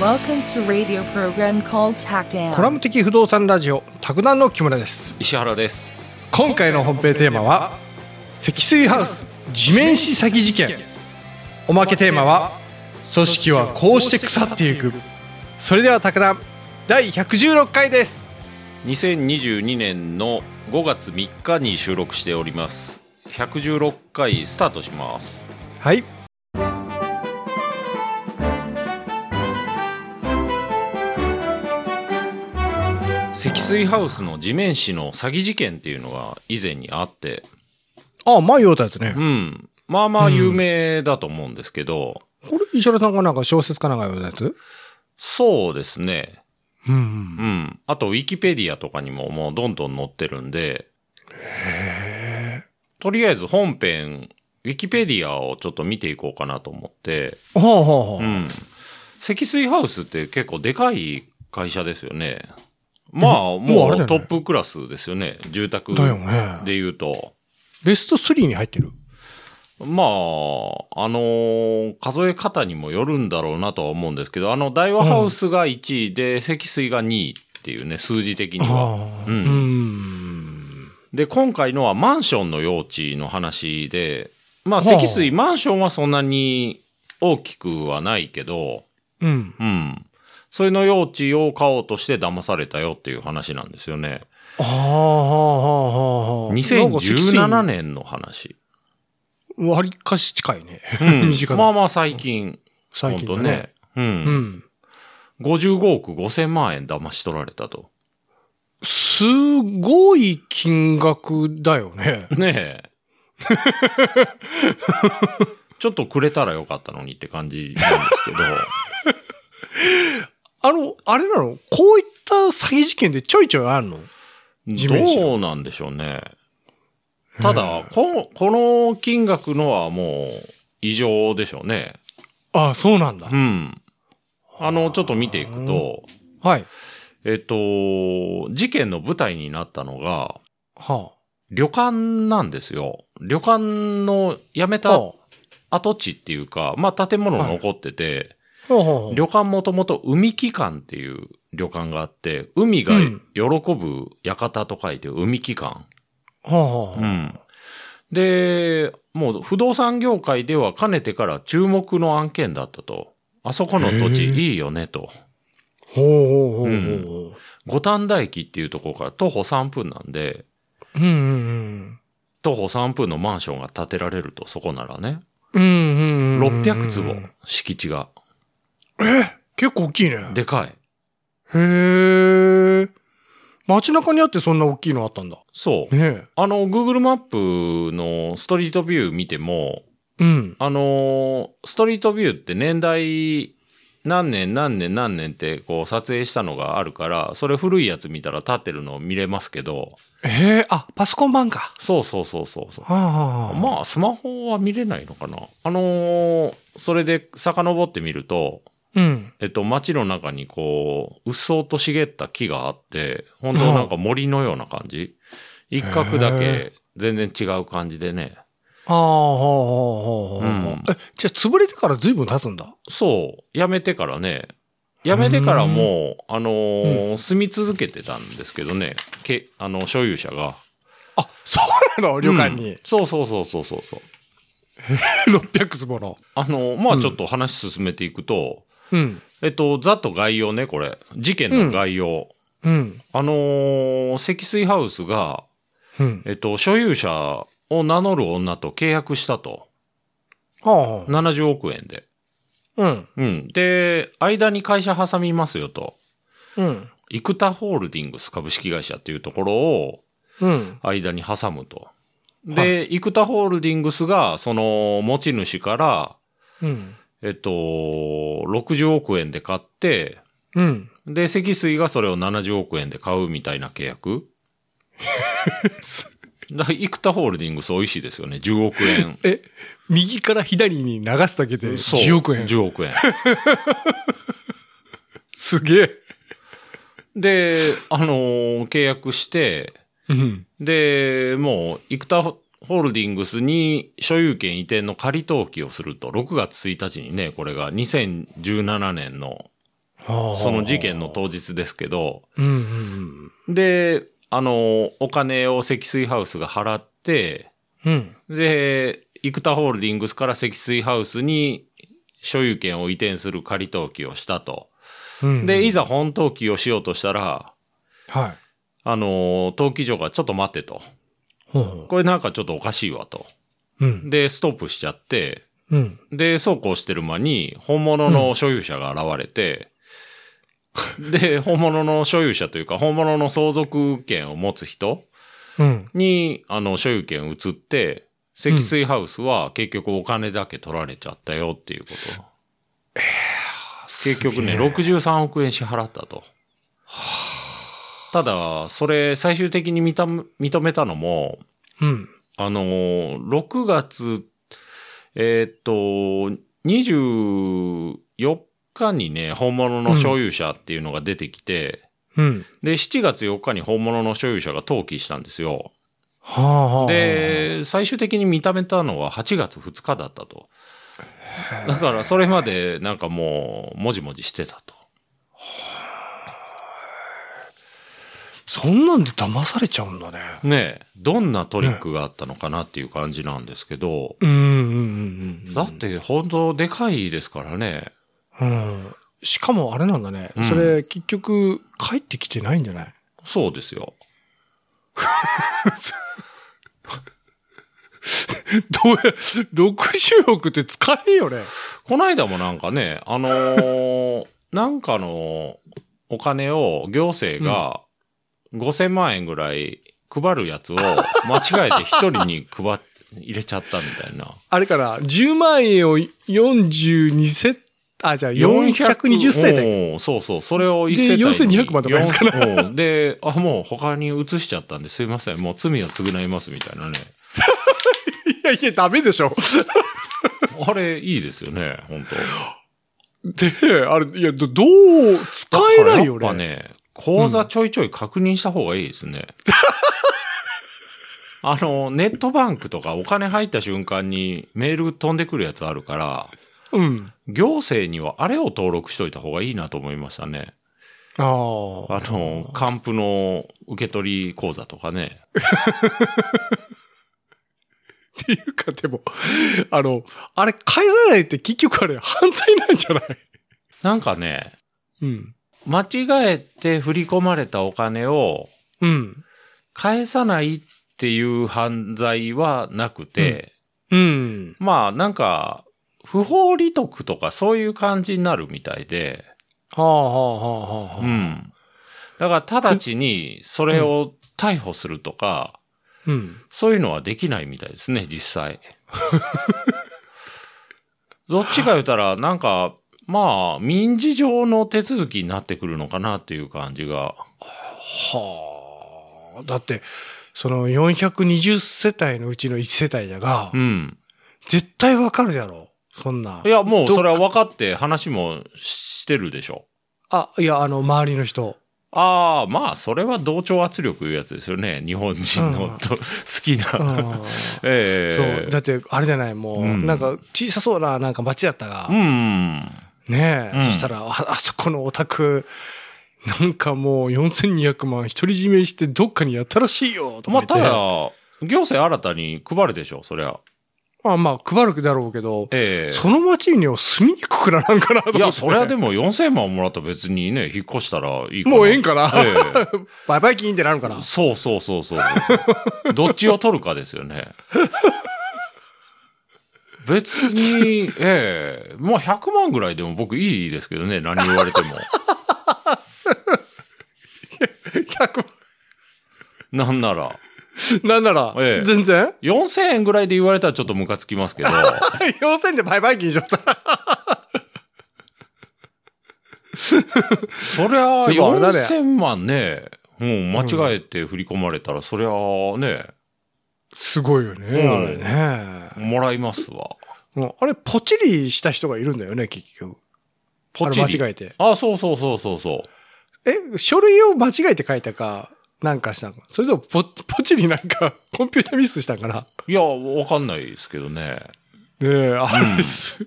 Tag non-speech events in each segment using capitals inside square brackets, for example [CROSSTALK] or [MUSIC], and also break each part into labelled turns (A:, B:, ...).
A: Welcome to radio program called Hackdown.
B: コラム的不動産ラジオタグの木村です
C: 石原です
B: 今回の本編テーマは積水ハウス地面師詐欺事件おまけテーマは組織はこうして腐っていくそれでは卓談第116回です
C: 2022年の5月3日に収録しております116回スタートします
B: はい
C: 積水ハウスの地面師の詐欺事件っていうのが以前にあって
B: ああ前言おうたやつね
C: うんまあまあ有名だと思うんですけど、
B: これ石原さんがなんか小説かなんか読んだやつ
C: そうですね
B: うん、
C: うんあとウィキペディアとかにももうどんどん載ってるんで
B: へ
C: とりあえず本編ウィキペディアをちょっと見ていこうかなと思って
B: えほうほうほ
C: う
B: う、
C: ん。積水ハウスって結構でかい会社ですよね。まあ、
B: んもうあ
C: も
B: れだよね
C: うトップクラスですよね。住宅
B: だよ
C: で
B: ね
C: 言うと。
B: ベスト3に入ってる
C: まあ、あのー数え方にもよるんだろうなとは思うんですけど、あの、大和ハウスが1位で、積水が2位っていうね、数字的には。
B: ああ
C: うん
B: ん
C: で、今回のはマンションの用地の話で、まあ、
B: はあ
C: 積水、マンションはそんなに大きくはないけど、
B: うん
C: うん。それの用地を買おうとして騙されたよっていう話なんですよね。
B: ああはあはあはあ
C: 2017年の話。
B: 割かし近いね。 [LAUGHS]
C: うん
B: 短い
C: まあまあ最近。
B: 最近
C: ほ
B: だ
C: んと
B: ね。。
C: う。
B: うんん。
C: 55億5000万円騙し取られ
B: [LAUGHS]
C: たと。
B: すごい金額だよね。 [LAUGHS]
C: ねえ。ちょっとくれたらよかったのにって感じなんですけど。
B: あの、あれなのこういった詐欺事件でちょいちょいあるの [LAUGHS] 地面師だ
C: どうなんでしょうね。ただ、ここの金額のはもう異常でしょうね。
B: ああ、そうなんだ
C: う。ん。あの、ちょっと見ていくと、
B: はい。
C: えっと、事件の舞台になったのが、
B: は
C: 旅館なんですよ。旅館の辞め
B: あ。は
C: た跡地っていうか、まあ建物残ってて、
B: あ。はあはあ
C: 旅館もともと海機関っていう旅館があって、海が
B: うん
C: 喜ぶ館と書いて海機関。
B: はあはあ
C: うん。で、もう不動産業界ではかねてから注目の案件だったと。あそこの土
B: へ
C: 地
B: え
C: いいよねと。
B: ほうほうほうほう
C: う
B: ほ
C: 五反田駅っていうところから徒歩3分なんで、
B: う。うんうん
C: 徒歩3分のマンションが建てられると、そこならね。
B: うん。うんうんうん。
C: 600坪、敷地が。
B: 結構大きいね。
C: でかい。
B: へえ。街中にあってそんな大きいのあったんだ。
C: そう。
B: ねえ。
C: あの、Google マップのストリートビュー見ても、
B: うん。
C: あのーストリートビューって年代、何年何年何年ってこう撮影したのがあるから、それ古いやつ見たら立ってるの見れますけど、
B: へえ、あ、パソコン版か。
C: そうそうそうそうそう。
B: はあはあ。
C: まあ、スマホは見れないのかな。あのーそれで遡ってみると、
B: うん。
C: えっと、街の中にこう、うっそうと茂った木があって、本当なんか森のような感じ。一角だ
B: へ
C: け全然違う感じでね。
B: ああ、はあ、はあ、はあ
C: うん。
B: え、じゃあ潰れてから随分経つんだ。
C: そう、辞めてからね。辞めてからもう、あのー住み続けてたんですけどね。け、あの、所有者が。
B: あ、そうなの旅館
C: うん
B: に。
C: そうそうそうそうそうそう。
B: 600坪の。
C: あのーま
B: う
C: あ
B: ん
C: ちょっと話進めていくと、
B: うん。
C: えっと、ざっと概要ね、これ。事件の概要。
B: うん。
C: あのー積水ハウスが、
B: うん。
C: えっと、所有者を名乗る女と契約したと。
B: はあ、はあ。
C: 70億円で。
B: うん。
C: うん。で、間に会社挟みますよと。
B: うん。
C: イクタホールディングス株式会社っていうところを
B: うん。
C: 間に挟むと。で、
B: は
C: イクタホールディングスが、その持ち主から、
B: うん。
C: えっと、60億円で買って、
B: うん。
C: で、積水がそれを70億円で買うみたいな
B: [LAUGHS]
C: 契約。だからイクタホールディングス美味しいですよね。10億円。
B: え、右から左に流すだけで
C: そう
B: 10億円。
C: 10億円。
B: すげえ。
C: で、あのー契約して、
B: うん。
C: で、もう、イクタホールディングスに所有権移転の仮登記をすると、6月1日にね、これが2017年の
B: はそ
C: その事件の当日ですけど、
B: うんうん
C: で、あの、お金を積水ハウスが払って、
B: うん。うん。
C: で、生田ホールディングスから積水ハウスに所有権を移転する仮登記をしたと。
B: うん、
C: で、いざ本登記をしようとしたら、
B: はい。
C: あの、登記所がちょっと待ってと。
B: ほうほ
C: これなんかちょっとおかしいわと。
B: う。うん。
C: で、ストップしちゃって、
B: うん。
C: で、そうこうしてる間に、本物の所有者が現れて、で、本物の所有者というか、本物の相続権を持つ人
B: うん。
C: に、あの、所有権移って、積水ハウスは結局お金だけ取られちゃったよっていうこと。結局ね、
B: すげえ
C: 63億円支払ったと。ただ、それ最終的に認め認めたのも、
B: うん。
C: あのー、6月、えーっと、24日にね、本物の所有者っていうのが出てきて、
B: うん。
C: で、7月4日に本物の所有者が登記したんですよ。
B: はあ、はあ。、
C: で、最終的に認めたのは8月2日だったと。だから、それまでなんかもう、もじもじしてたと。
B: そんなんで騙されちゃうんだね。
C: ねえ、どんなトリックがあったのかなっていう感じなんですけど、
B: うんうんうんうん。
C: だっ、て本当でかいですからね。
B: うん。しかもあれなんだね。
C: うん
B: それ、結局、帰ってきてないんじゃない [LAUGHS]
C: そうですよ。
B: どうや、60億って使えんよね。
C: この間もなんかね、あ
B: [LAUGHS]
C: のーなんかのお金を行政が5000万円ぐらい配るやつを間違えて一人に配っ、入れちゃったみたいな。
B: あれから、10万円を42セット、あ、じゃあ420世帯。
C: 帯。そうそう。それを1世帯に。。
B: で4200までもらえますから
C: うんで、あ、もう他に移しちゃったんですいません。もう罪を償いますみたいなね。
B: いやいや、ダメでしょ。
C: あれ、いいですよね、本当
B: で、あれ、いや、どどう、使えないよ
C: だから
B: ね。
C: やっぱね、口座ちょいちょい確認した方がいいで
B: [LAUGHS]
C: すね。あの、ネットバンクとかお金入った瞬間にメール飛んでくるやつあるから、
B: うん。
C: 行政にはあれを登録しといた方がいいなと思いましたね。
B: あ
C: あの、還付の受け取り口座とかね。
B: っていうか、でも、あの、あれ、返さないって結局あれ、犯罪なんじゃない
C: なんかね、
B: うん。
C: 間違えて振り込まれたお金を
B: うん。
C: 返さないっていう犯罪はなくて、
B: うん。
C: まあなんか、不法利得とかそういう感じになるみたいで、
B: はあはあはあはあ。
C: う。ん。だから直ちにそれを逮捕するとか、
B: うん。
C: そういうのはできないみたいですね、
B: [LAUGHS]
C: 実際。どっちか言ったら、なんか、まあ、民事上の手続きになってくるのかなっていう感じが。
B: はあ。だって、その420世帯のうちの1世帯だが、
C: うん。
B: 絶対わかるじゃろ。そんな。
C: いや、もうそれは分かって話もしてるでしょ。
B: あ、いや、あの、周りの人。
C: ああ、まあ、それは同調圧力いうやつですよね。日本人
B: う
C: の
B: ん
C: と好きな。 [LAUGHS]
B: うん。
C: ええ
B: そう。だって、あれじゃない、もう、
C: うん
B: なんか、小さそうな、なんか町だったが、
C: うん。
B: ねえ、
C: うん
B: そしたら、あ、あそこのお宅、なんかもう4200万独り占めしてどっかにやったらしいよ、とか
C: ま
B: 言
C: あ、
B: って。
C: ただ、行政新たに配るでしょ、そりゃ。
B: まあまあ、配るだろうけど、
C: ええ
B: その町には住みにくくならんかな、と思って。
C: いや、そりゃでも4000万もらったら別にね、引っ越したらいいかな。
B: もうええんかな。
C: え
B: バイバイ金ってなるか
C: え
B: ら。
C: そうそうそ
B: [LAUGHS]
C: うそう。どっちを取るかですよね。別に、ええまあ100万ぐらいでも僕いいですけどね、何言わ
B: [LAUGHS]
C: れても。
B: 100万
C: なんなら。
B: なんなら、
C: ええ
B: 全
C: [LAUGHS]
B: 然 [LAUGHS]
C: 4000円ぐらいで言われたらちょっとムカつきますけど。
B: ?4000 でバイバイ金しちゃったら。
C: そりゃあ、
B: でもあれだね
C: 4000万ね、うん、間違えて振り込まれたら、そりゃあね、
B: すごいよね、
C: うん
B: あれね。
C: もらいますわ。
B: もうあれ、ポチリした人がいるんだよね、結局。
C: ポチ
B: あれ間違
C: リ。
B: えて。
C: あ、そうそうそうそうそう。
B: え、書類を間違えて書いたか、なんかしたのかそれともポ、ポチリなんか、コンピューターミスしたんかなね
C: いや、わかんないですけどね。
B: え、あ
C: う
B: [LAUGHS] れ
C: ん
B: す、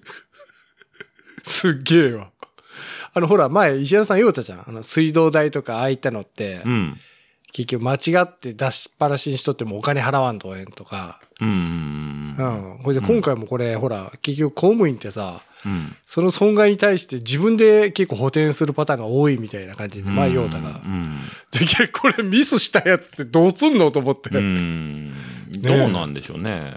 B: すっげえわ。あの、ほら、前、石原さん言うたじゃん。あの、水道代とかああいったのって、
C: うん。
B: 結局間違って出しっぱなしにしとってもお金払わんとえんとか。
C: うん。
B: う
C: うん。
B: ん。これで今回もこれ、ほら、結局公務員ってさ、
C: うん。
B: その損害に対して自分で結構補填するパターンが多いみたいな感じで、前言うたが
C: う。ん。
B: で、結構これミスしたやつってどうすんのと思って。
C: う
B: [LAUGHS] ね
C: ん。どうなんでしょうね。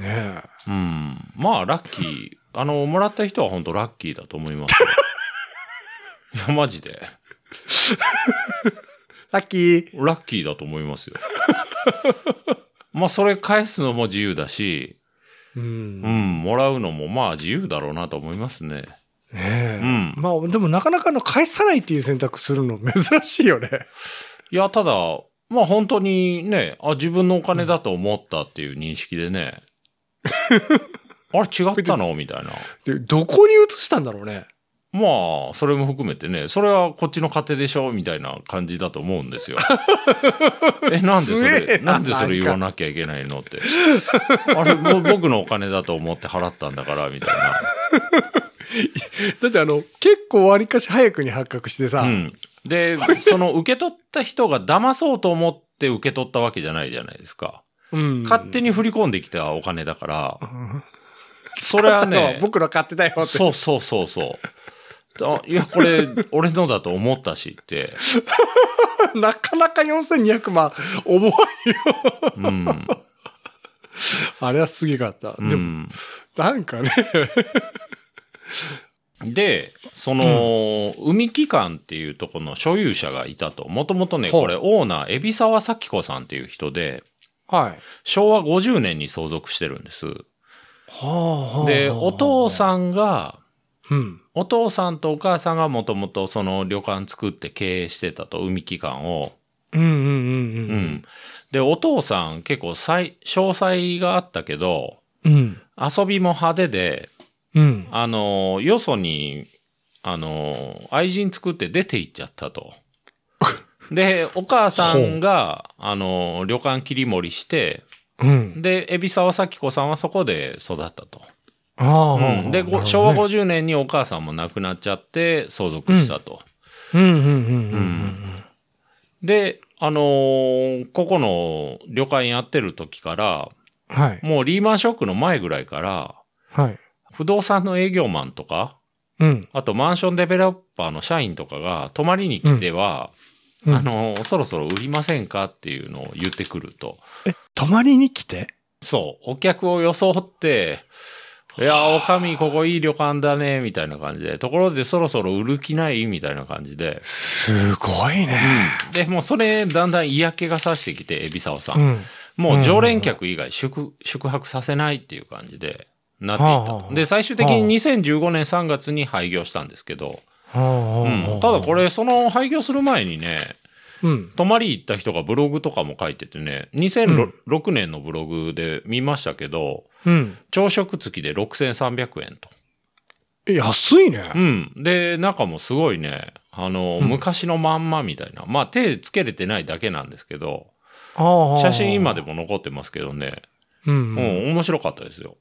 B: え。
C: うん。まあ、ラッキー。あの、もらった人は本当ラッキーだと思
B: [LAUGHS]
C: いますよ。いや、マジで。
B: ラッキー。
C: ラッキーだと思いますよ。 [LAUGHS] まあ、それ返すのも自由だし、
B: う。
C: うんん、もらうのもまあ自由だろうなと思いますね。
B: ねえ。
C: うん
B: まあ、でもなかなかの返さないっていう選択するの珍しいよね。
C: いや、ただ、まあ本当にね、あ、自分のお金だと思ったっていう認識でね。あれ違ったのみたいな。
B: で、どこに移したんだろうね。
C: まあ、それも含めてね、それはこっちの勝手でしょみたいな感じだと思うんですよ。え、なんでそ
B: 強え
C: れ、
B: な
C: なんでそれ言わなきゃいけないのって。あれ、ぼ僕のお金だと思って払ったんだから、みたい
B: だってあの、結構わりかし早くに発覚してさ、
C: な。うん。
B: [LAUGHS]
C: で、その受け取った人が騙そうと思って受け取ったわけじゃないじゃないですか。
B: うん
C: 勝手に振り込んできたお金だから、
B: うん
C: それは
B: 買ったの
C: ね、
B: 僕の買ってたよって。
C: そうそうそうそう。あいや、これ、俺のだと思ったし
B: [LAUGHS]
C: って。
B: なかなか4200万、重い。
C: うん。
B: あれはすげかった。
C: う
B: でも、
C: ん、
B: なんかね、
C: で、その、海機関っていうとこの所有者がいたと。もともとね、
B: ほう
C: これ、オーナー、海老沢咲子さんっていう人で、
B: はい。
C: 昭和50年に相続してるんです。
B: はあは
C: で、お父
B: ん。
C: さんが、
B: うん。
C: お父さんとお母さんがもともとその旅館作って経営してたと、海機関を。
B: うんうんうんう
C: うんん。で、お父さん結構さい詳細があったけど、
B: うん。うん。
C: 遊びも派手で、
B: うん。
C: あの、よそに、あの、愛人作って出て行っちゃっ
B: [LAUGHS]
C: たと。で、お母さんが、あの、旅館切り盛りして、
B: うん。
C: で、海老沢咲子さんはそこで育ったと。
B: ああ、
C: うん、で、ご昭和50年にお母さんも亡くなっちゃって相続したと。
B: うんうんうんうん
C: で、あのーここの旅館やってる時から、
B: うん。はい。
C: もうリーマンショックの前ぐらいから、
B: はい。
C: 不動産の営業マンとか、
B: うん。
C: あとマンションデベロッパーの社員とかが泊まりに来ては、
B: うん
C: あ、の、そろそろ売りませんかっていうのを言ってくると。
B: 泊まりに来て
C: そう、お客を装って、いや、おかみここいい旅館だね、みたいな感じで。ところでそろそろ売る気ないみたいな感じで。
B: すごいね。
C: で、もうそれだんだん嫌気がさしてきて、海老沢さん。
B: ん。
C: もう常連客以外宿宿泊させないっていう感じでなってい
B: は
C: ったと。
B: あはあ
C: で、最終的
B: はあ
C: に2015年3月に廃業したんですけど、うん、ただこ
B: れ、
C: れ、その廃業する前にね、
B: うん。
C: 泊まり行った人がブログとかも書いててね、2006年のブログで見ましたけど、
B: うん。
C: 朝食付きで6300円と。
B: え安いね
C: う。ん。で、中もすごいね、あの、
B: うん
C: 昔のまんまみたいな。まあ、手つけれてないだけなんですけど、
B: 写
C: 写真今で。も残ってますけどね、
B: うん。
C: うん、
B: い
C: 面白かったですよ。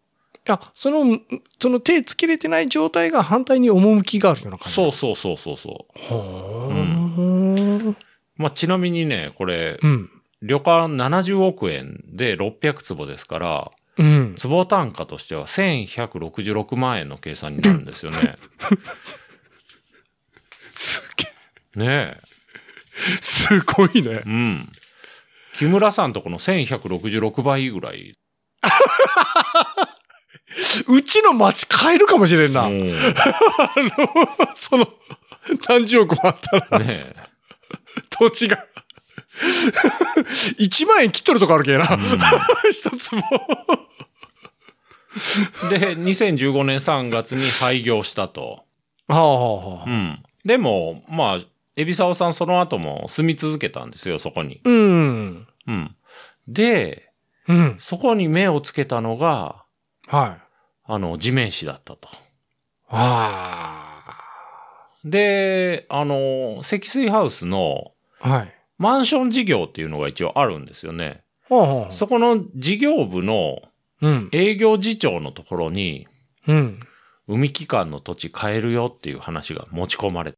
B: や、その、その手つけれてない状態が反対に趣があるような感じ。
C: そうそうそうそうそう。
B: ほ
C: う
B: ー
C: まあ、ちなみにね、これ、
B: うん。
C: 旅館70億円で600坪ですから、
B: うん。
C: 坪単価としては1166万円の計算になるんです
B: [LAUGHS]
C: よね。
B: すげえ
C: ね
B: すごいね
C: え。。うん。木村さんとこの1166倍ぐらい。
B: うちの町変えるかもしれんな。
C: うんね
B: [LAUGHS] その、何十億もあったら、 [LAUGHS]
C: え。
B: 土地が。1万円切っとるとこあるけえな。
C: う
B: [LAUGHS] 一つも。
C: んで、2015年3月に廃業したと。
B: はあはあ
C: う
B: はあ。
C: ん。でも、まあ、エビサオさんその後も住み続けたんですよ、そこに。
B: うん。
C: うん。で、
B: うん。
C: そこに目をつけたのが、
B: はい。
C: あの、地面師だったと。
B: あ
C: で、あの、積水ハウスの
B: あ。はい。
C: マンション事業っていうのが一応あるんですよね。
B: ほうほう
C: そこの事業部の
B: うん。
C: 営業次長のところに、
B: うん。
C: 海機関の土地買えるよっていう話が持ち込まれ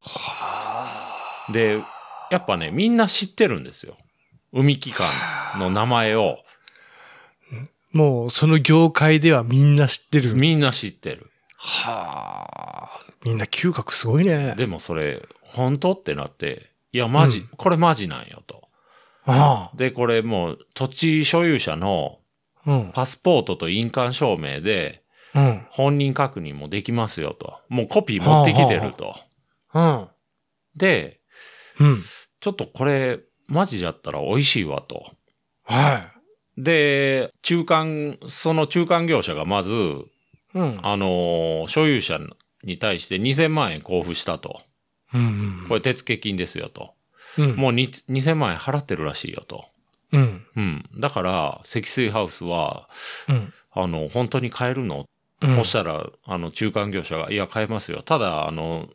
B: は
C: た。で、やっぱね、みんな知ってるんですよ。海機関の名前を
B: もうその業界ではみんな知ってる。
C: みんな知ってる。
B: はあ。みんな嗅覚すごいね。
C: でもそれ、本当ってなって、いや、マジ、
B: うん
C: これマジなんよと。
B: あ
C: で、これもう土地所有者の
B: あ。うん。
C: パスポートと印鑑証明で
B: うん。
C: 本人確認もできますよと。もうコピー持ってきてると。
B: うん。
C: で、
B: うん。
C: ちょっとこれ、マジじゃったら美味しいわと。
B: は
C: で、中間、その中間業者がまず、
B: い。うん。
C: あのー所有者に対して2000万円交付したと。
B: うん。
C: これ手付金ですよと。
B: うん。
C: もうに2000万円払ってるらしいよと。
B: うん。
C: うん。だから、積水ハウスは、
B: うん。
C: あの、本当に買えるの、
B: うん。
C: そしたら、あの、中間業者が、いや、買えますよ。ただ、あの、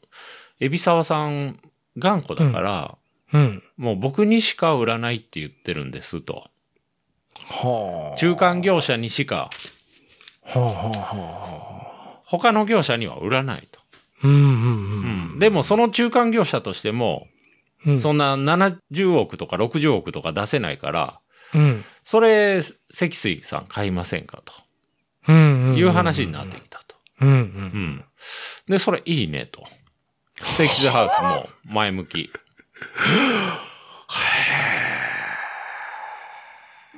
C: 海老沢さん、頑固だから、
B: うん。
C: もう僕にしか売らないって言ってるんですと。
B: はあ。
C: 中間業者にしか、
B: はあはあはあ。
C: 他の業者には売らないと。
B: うんうんうん。
C: でも、その中間業者としても、
B: うん、
C: そんな70億とか60億とか出せないから、
B: うん。
C: それ、積水さん買いませんか
B: うんうん
C: と
B: ん。
C: いう話になってきたと。
B: うんう。
C: うんん。で、それいいねと。セキスハウスも前向き。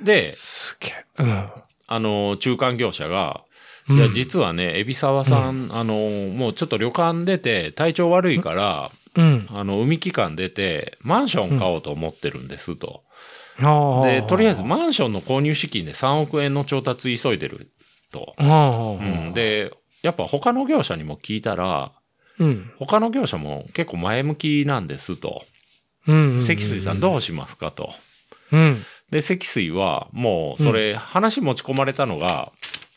C: で、
B: すげえ。うん。
C: あの、中間業者が、
B: うん
C: いや、実はね、海老沢さん、あの、もうちょっと旅館出て、体調悪いから、
B: うん。
C: あの、海期間出て、マンション買おうと思ってるんですと。
B: ああ。
C: で、とりあえず、マンションの購入資金で3億円の調達急いでると。
B: ああ。
C: うん、、で、やっぱ他の業者にも聞いたら、
B: うん。
C: 他の業者も結構前向きなんですと。
B: うん。
C: 積水さんどうしますかと。
B: うん。
C: で、積水はもうそれ話持ち込まれたのが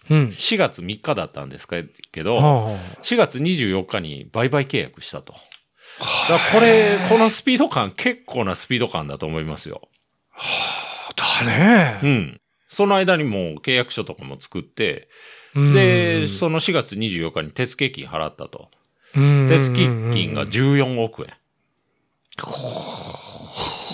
B: うん。
C: 4月3日だったんですけど、
B: は
C: 4月24日に売買契約したと。だからこれ、このスピード感結構なスピード感だと思いますよ。
B: あ。だ
C: う
B: ね。
C: ん。その間にもう契約書とかも作って、
B: うん
C: で、その4月24日に手付金払ったと。
B: うん。
C: 手付金が14億円。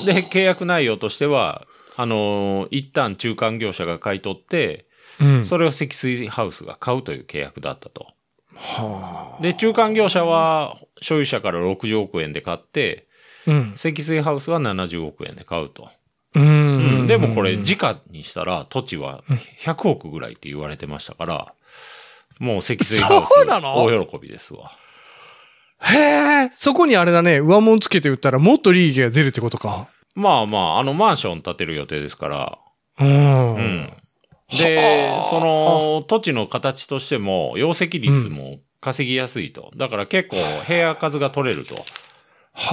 C: で、契約内容としては、あのー一旦中間業者が買い取って、
B: うん。
C: それを積水ハウスが買うという契約だったと。
B: はあ。
C: で、中間業者は所有者から60億円で買って、
B: うん。
C: 積水ハウスは70億円で買うと。
B: うん。
C: でもこれ、時価にしたら土地は100億ぐらいって言われてましたから、もう積水ハウス
B: そうなの
C: 大喜びですわ。
B: へえ、そこにあれだね、上物つけて売ったらもっと利益が出るってことか。
C: まあまあ、あのマンション建てる予定ですから、
B: うん。
C: うん。
B: は
C: で
B: あ、
C: その土地の形としても、容積率も稼ぎやすいと。だから結構部屋数が取れると。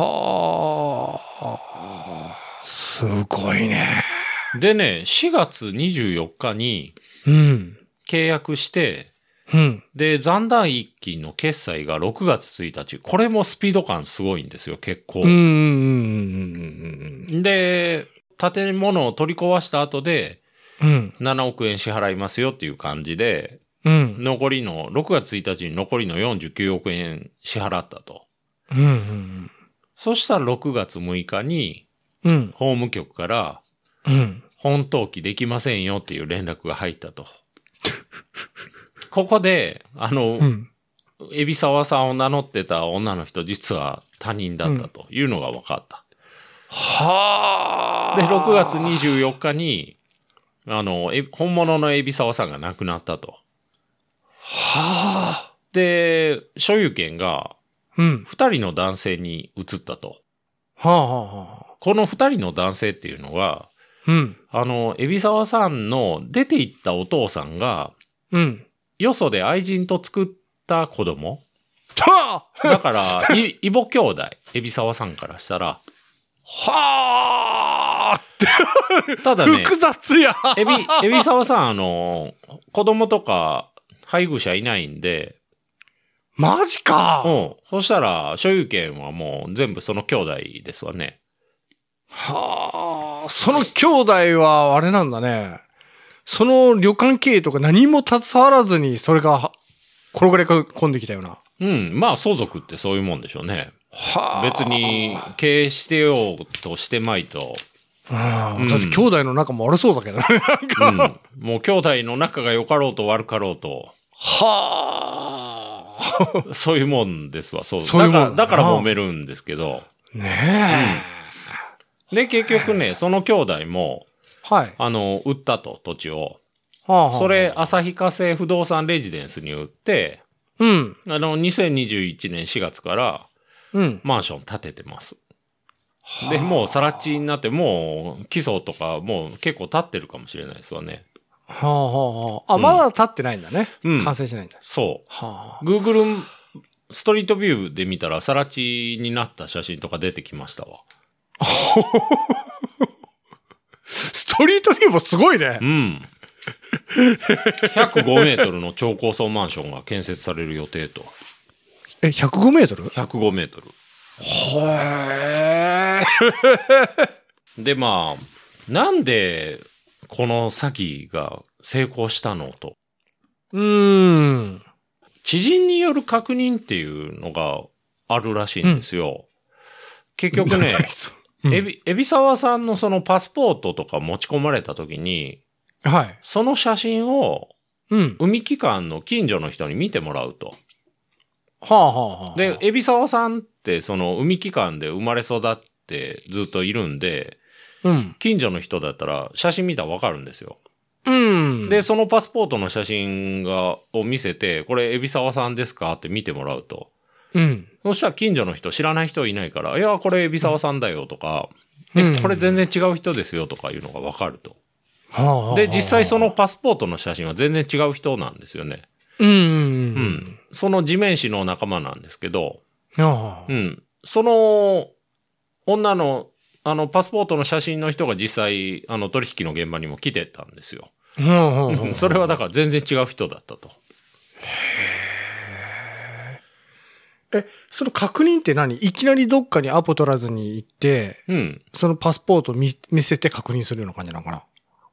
B: はあ。すごいね。
C: でね、4月24日に
B: うん。
C: 契約して、
B: うん。
C: で、残段一金の決済が6月1日。これもスピード感すごいんですよ、結構。
B: うん。うん。
C: で、建物を取り壊した後で、
B: うん。
C: 7億円支払いますよっていう感じで、
B: うん。
C: 残りの、6月1日に残りの49億円支払ったと。
B: うん。
C: そしたら6月6日に
B: うん。
C: 法務局から
B: うん。
C: 本登記できませんよっていう連絡が入ったと。 [LAUGHS] ここで、あの
B: う、ん。
C: 海老沢さんを名乗ってた女の人、実は他人だったというのが分かった。
B: はあ。
C: で、6月。24日に、あの、え本物の海老沢さんが亡くなったと。
B: はあ。
C: で、所有権が
B: うん。
C: 2人の男性に移ったと。
B: はあはあ。
C: この2人の男性っていうのが、
B: うん。
C: あの、海老沢さんの出て行ったお父さんが、
B: うん。
C: よそで愛人と作った子供。
B: はあ
C: だ
B: [LAUGHS]
C: から、い、異母兄弟、海老沢さんからしたら、
B: はあ
C: ただね、
B: 複雑や
C: エビ、エビサワさん、あの、子供とか、配偶者いないんで、
B: マジか
C: うん。そしたら、所有権はもう全部その兄弟ですわね。
B: はあ、その兄弟はあれなんだね。その旅館経営とか何も携わらずにそれがは転がり込んできたような。
C: うん。まあ、相続ってそういうもんでしょうね。
B: はあ
C: 別に、経営してようとしてまいと、
B: う、
C: うんん
B: だって兄弟の仲も悪そうだけどね。
C: うん、もう兄弟の仲が良かろうと悪かろうと、
B: はあ。
C: そういうもんですわ、そう。
B: そういう
C: だか
B: も
C: ら、
B: ん
C: だから揉めるんですけど。
B: ね
C: で、結局ね、その兄弟も、
B: え。はい。
C: あの、売ったと、土地を。
B: はあはあ
C: それ、、旭化成不動産レジデンスに売って、
B: うん。
C: あの、2021年4月から
B: うん。
C: マンション建ててます。で、もう、さら地になって、もう、基礎とか、もう結構経ってるかもしれないですわね。
B: はあはあはあ。あ、
C: うん
B: まだ立ってないんだね。
C: うん。
B: 完成してないんだ。
C: そ
B: は
C: う。Google ストリートビューで見たら、さら地になった写真とか出てきましたわ。
B: ストリートビューもすごいね
C: う。ん。105メートルの超高層マンションが建設される予定と。
B: え、105メートル
C: 105メートル。
B: へえ。
C: で、まあ、なんで、この詐欺が成功したのと。
B: うーん。
C: 知人による確認っていうのがあるらしいんですよ。結局ね、
B: [LAUGHS] うん
C: エビ、エビサワさんのそのパスポートとか持ち込まれた時に、
B: はい。
C: その写真を
B: うん。
C: 海機関の近所の人に見てもらうと。
B: はあはあはあ。
C: で、海老沢さんって、その、海機関で生まれ育ってずっといるんで、
B: うん。
C: 近所の人だったら写真見たらわかるんですよ。
B: うん。
C: で、そのパスポートの写真が、を見せて、これ、海老沢さんですかって見てもらうと。
B: うん。
C: そしたら近所の人、知らない人いないから、いや、これ、海老沢さんだよとか、
B: うん
C: え、これ全然違う人ですよとかいうのがわかると。
B: はあはあ。
C: で、実際その、パスポートの写真は全然違う人なんですよね。
B: うん。
C: う。ん。その地面師の仲間なんですけど、
B: はあ
C: う。ん。その、女の、あの、パスポートの写真の人が実際、あの、取引の現場にも来てたんですよ。
B: はあはあ。
C: それはだから全然違う人だったと。
B: その確認って何いきなりどっかにアポ取らずに行って、
C: うん。
B: そのパスポート見見せて確認するような感じなのかな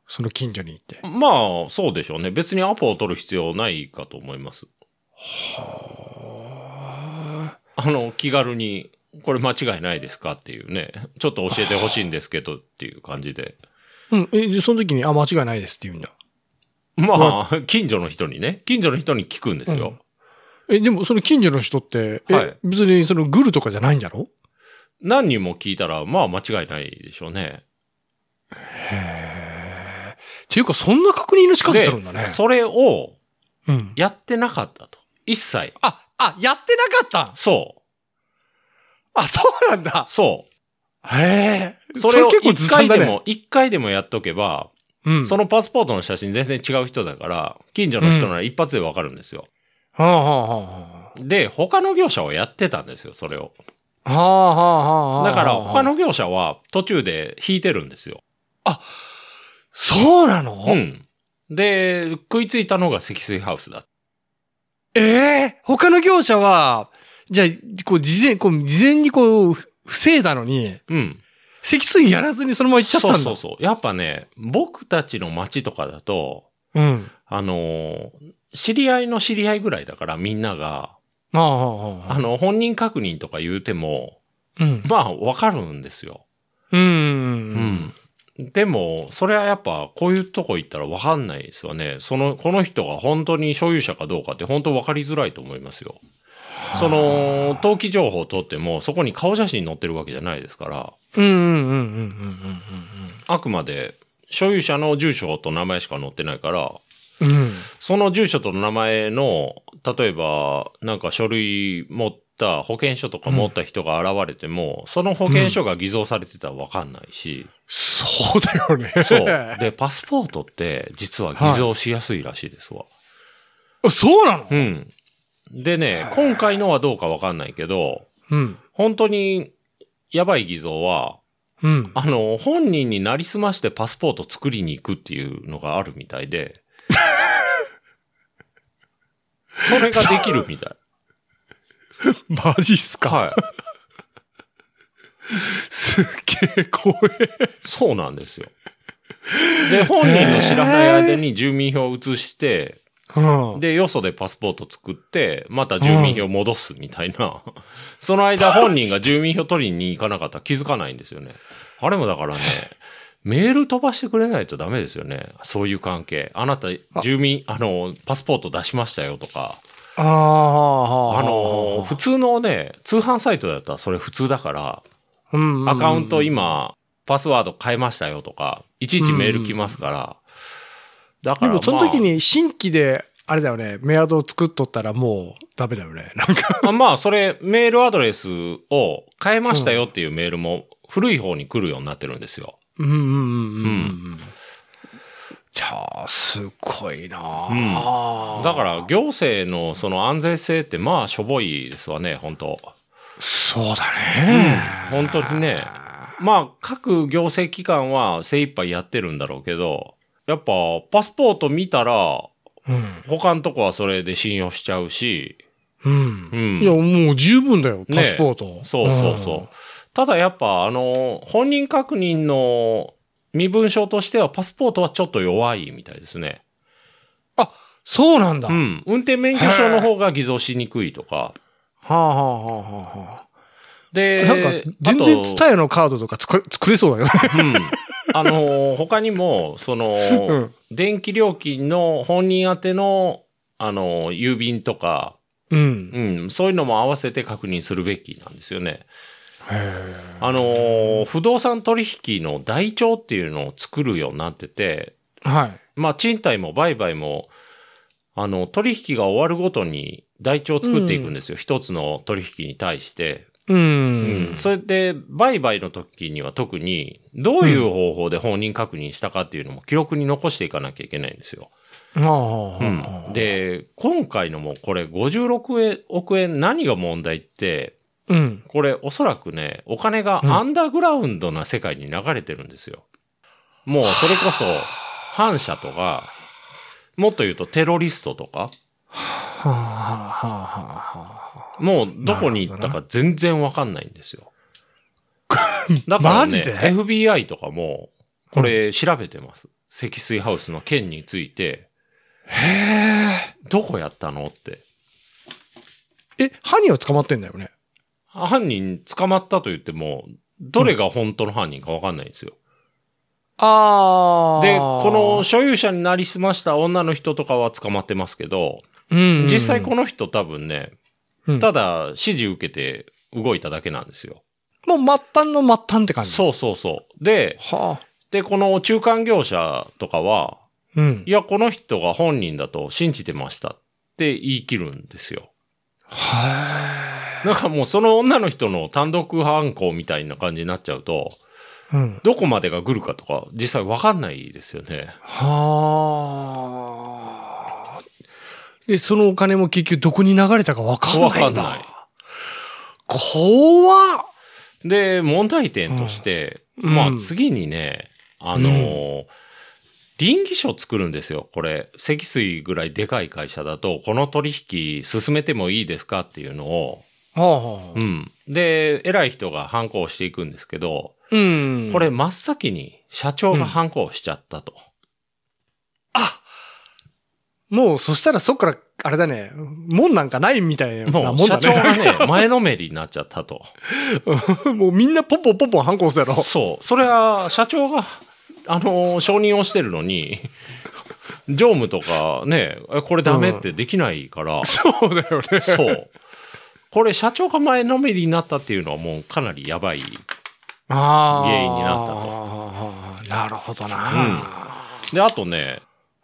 B: その近所に行って。
C: まあ、そうでしょうね。別にアポを取る必要ないかと思います。
B: は
C: あの、気軽に、これ間違いないですかっていうね。ちょっと教えてほしいんですけどっていう感
B: [LAUGHS]
C: じで。
B: あ。うん。え、でその時に、あ、間違いないですって言うんだ。
C: まあ、近所の人にね。近所の人に聞くんですよ。
B: え、でもその近所の人って、え、
C: はい
B: 別にそのグルとかじゃないんだろ
C: 何人も聞いたら、まあ間違いないでしょうね。
B: へえ。っていうか、そんな確認の仕方するんだね
C: で。それを、
B: うん。
C: やってなかったと。一切。
B: あ、あ、やってなかったん
C: そ
B: あ、そうなんだ
C: う。。そ
B: へえ。
C: う。それを
B: 結構
C: 一
B: ずさんだ
C: 回で
B: ね。
C: も、一回でもやっとけば、
B: うん
C: そのパスポートの写真全然違う人だから、近所の人なら一発でわかるんですよ。
B: はあはあはあは
C: で、他の業者はやってたんですよ、それを。
B: あ。はあはあはあはあ。
C: だから、他の業者は途中で引いてるんですよ。
B: そうなの
C: うん。で、食いついたのが積水ハウスだ。
B: ええ他の業者は、じゃあ、こう、事前、こう、事前にこう、ふ防いだのに、
C: うん。
B: 積水やらずにそのまま行っちゃったんだ。
C: そうそうそう。やっぱね、僕たちの町とかだと、
B: うん。
C: あのー知り合いの知り合いぐらいだから、みんなが、
B: ああ、ああ、あ
C: あ
B: あ
C: の、本人確認とか言うても、
B: うん。
C: まあ、わかるんですよ。
B: うん。
C: う。でも、それはやっぱ、こういうとこ行ったらわかんないですよね。その、この人が本当に所有者かどうかって本当わかりづらいと思いますよ。その、登記情報を取っても、そこに顔写真載ってるわけじゃないですから、
B: うん、うん、うん、うん、うん、うんうん
C: あくまで、所有者の住所と名前しか載ってないから、
B: うん、うん。
C: その住所と名前の、例えば、なんか書類持った、保険証とか持った人が現れても、その保険証が偽造されてたらわかんないし、
B: そうだよね。
C: [LAUGHS] そう。で、パスポートって、実は偽造しやすいらしいですわ。
B: あそうなの
C: うん。でね、今回のはどうかわかんないけど、
B: うん。
C: 本当に、やばい偽造は、
B: うん。
C: あの、本人になりすましてパスポート作りに行くっていうのがあるみたい [LAUGHS] で、それができるみたい。
B: マジっすか。
C: は
B: すっげえ怖え。
C: い。そうなんですよ。で、本人の知らない間に住民票を移して、
B: ううん。
C: で、よそでパスポート作って、また住民票戻すみたいな。 [LAUGHS] その間本人が住民票取りに行かなかったら気づかないんですよね。あれもだからね、メール飛ばしてくれないとダメですよね。そういう関係。あなた、住民、あの、パスポート出しましたよとか。
B: ああ、
C: あの、普通のね、通販サイトだったらそれ普通だから、
B: うん
C: アカウント、今、パスワード変えましたよとか、いちいちメール来ますから。だか
B: で
C: ら、
B: もその時
C: ま
B: に新規で、あれだよね、メアドを作っとったらもうダメだよね。なんか。
C: [LAUGHS] あ、まあ、それ、メールアドレスを変えましたよっていうメールも、古い方に来るようになってるんですよ。
B: うんうんうんうんうん。じゃあ、すごいなあ
C: だから、行政のその安全性って、まあ、しょぼいですわね、本当
B: そうだね。
C: 本当にね。まあ、各行政機関は精一杯やってるんだろうけど、やっぱ、パスポート見たら、
B: うん。
C: 他のとこはそれで信用しちゃうし、
B: うん
C: う。ん。
B: いや、もう十分だよ、
C: ね
B: パスポート。
C: そうそうそう。ただやっぱ、あの、本人確認の身分証としてはパスポートはちょっと弱いみたいですね。
B: そうなんだ。
C: う
B: は
C: ん。運転免許証の方が偽造しにくいとか。
B: あはあはあはあはあ。
C: で、
B: なんか、全然
C: あと
B: 伝えのカードとか作作れそうだよね。
C: うん。あの、他にも、その、
B: [LAUGHS] うん
C: 電気料金の本人宛ての、あの、郵便とか、
B: うん。
C: うん、そういうのも合わせて確認するべきなんですよね。
B: へ
C: あのー不動産取引の台帳っていうのを作るようになってて、
B: え。はい。
C: まあ、賃貸も売買も、あの、取引が終わるごとに台帳を作っていくんですよ。一、つの取引に対して。
B: う
C: うん
B: ん。
C: それで、売買の時には特に、どういう方法で本人確認したかっていうのも記録に残していかなきゃいけないんですよ。
B: ああはあは
C: う
B: あはあ
C: ん。、で、今回のもこれ56億円何が問題って、
B: うん。
C: これおそらくね、お金が
B: うん
C: アンダーグラウンドな世界に流れてるんですよ。もうそれこそ、反社とか、もっと言うとテロリストとか、
B: はあはあはあはあ。
C: もうどこに行ったか全然わかんないんで
B: [LAUGHS]
C: すよ。だから、ね、
B: マジで
C: ?FBI とかも、これ調べてます。積水ハウスの件について、
B: へ
C: どこやったのって。
B: え。え、犯人は捕まってんだよね。
C: 犯人捕まったと言っても、どれが本当の犯人かわかんないんですよ。
B: あ
C: で、この、所有者になりすました女の人とかは捕まってますけど、
B: うん
C: 実際こ
B: の、
C: の人多分ね、
B: うん
C: ただ指示受けて動いただけなんですよ。
B: もう末端の末端って感じ。う。
C: そうそうそう。で、
B: はあ。
C: で、この中間業者とかは、
B: うん
C: い。や、この人が本人だと信じてましたって言い切るんですよ。
B: は
C: なんかもうその女の人の単独犯行みたいな感じになっちゃうと、
B: あ。うん。
C: どこまでがグルかとか実際わかんないですよね。
B: はあ。で、そのお金も結局どこに流れたかわかんないんだ。
C: わかんない
B: 怖っ
C: で、問題点として、
B: うん
C: ま
B: う
C: あ
B: ん
C: 次にね、あのー倫理書作るんですよ。これ、積水ぐらいでかい会社だと、この取引進めてもいいですかっていうのを、
B: はあは
C: う
B: あ。
C: ん。で、偉い人が反抗していくんですけど、
B: うん
C: これ、真っ先に社長が反抗しちゃったと。
B: あもう、そしたらそっから、あれだね、門なんかないみたいなもん
C: もう
B: だ
C: 社
B: ね。
C: 長がね、 [LAUGHS] 前のめりになっちゃったと。
B: [LAUGHS] もうみんなポンポンポンポン反抗するや
C: [LAUGHS]
B: ろ。
C: そう。それは、社長が、あのー承認をしてるのに、常務とかね、えこれダメってできないから、
B: そうだよね。
C: そう。これ、社長が前のめりになったっていうのはもうかなりやばい。
B: あー
C: 原因になった
B: なるほどな。
C: で、あとね、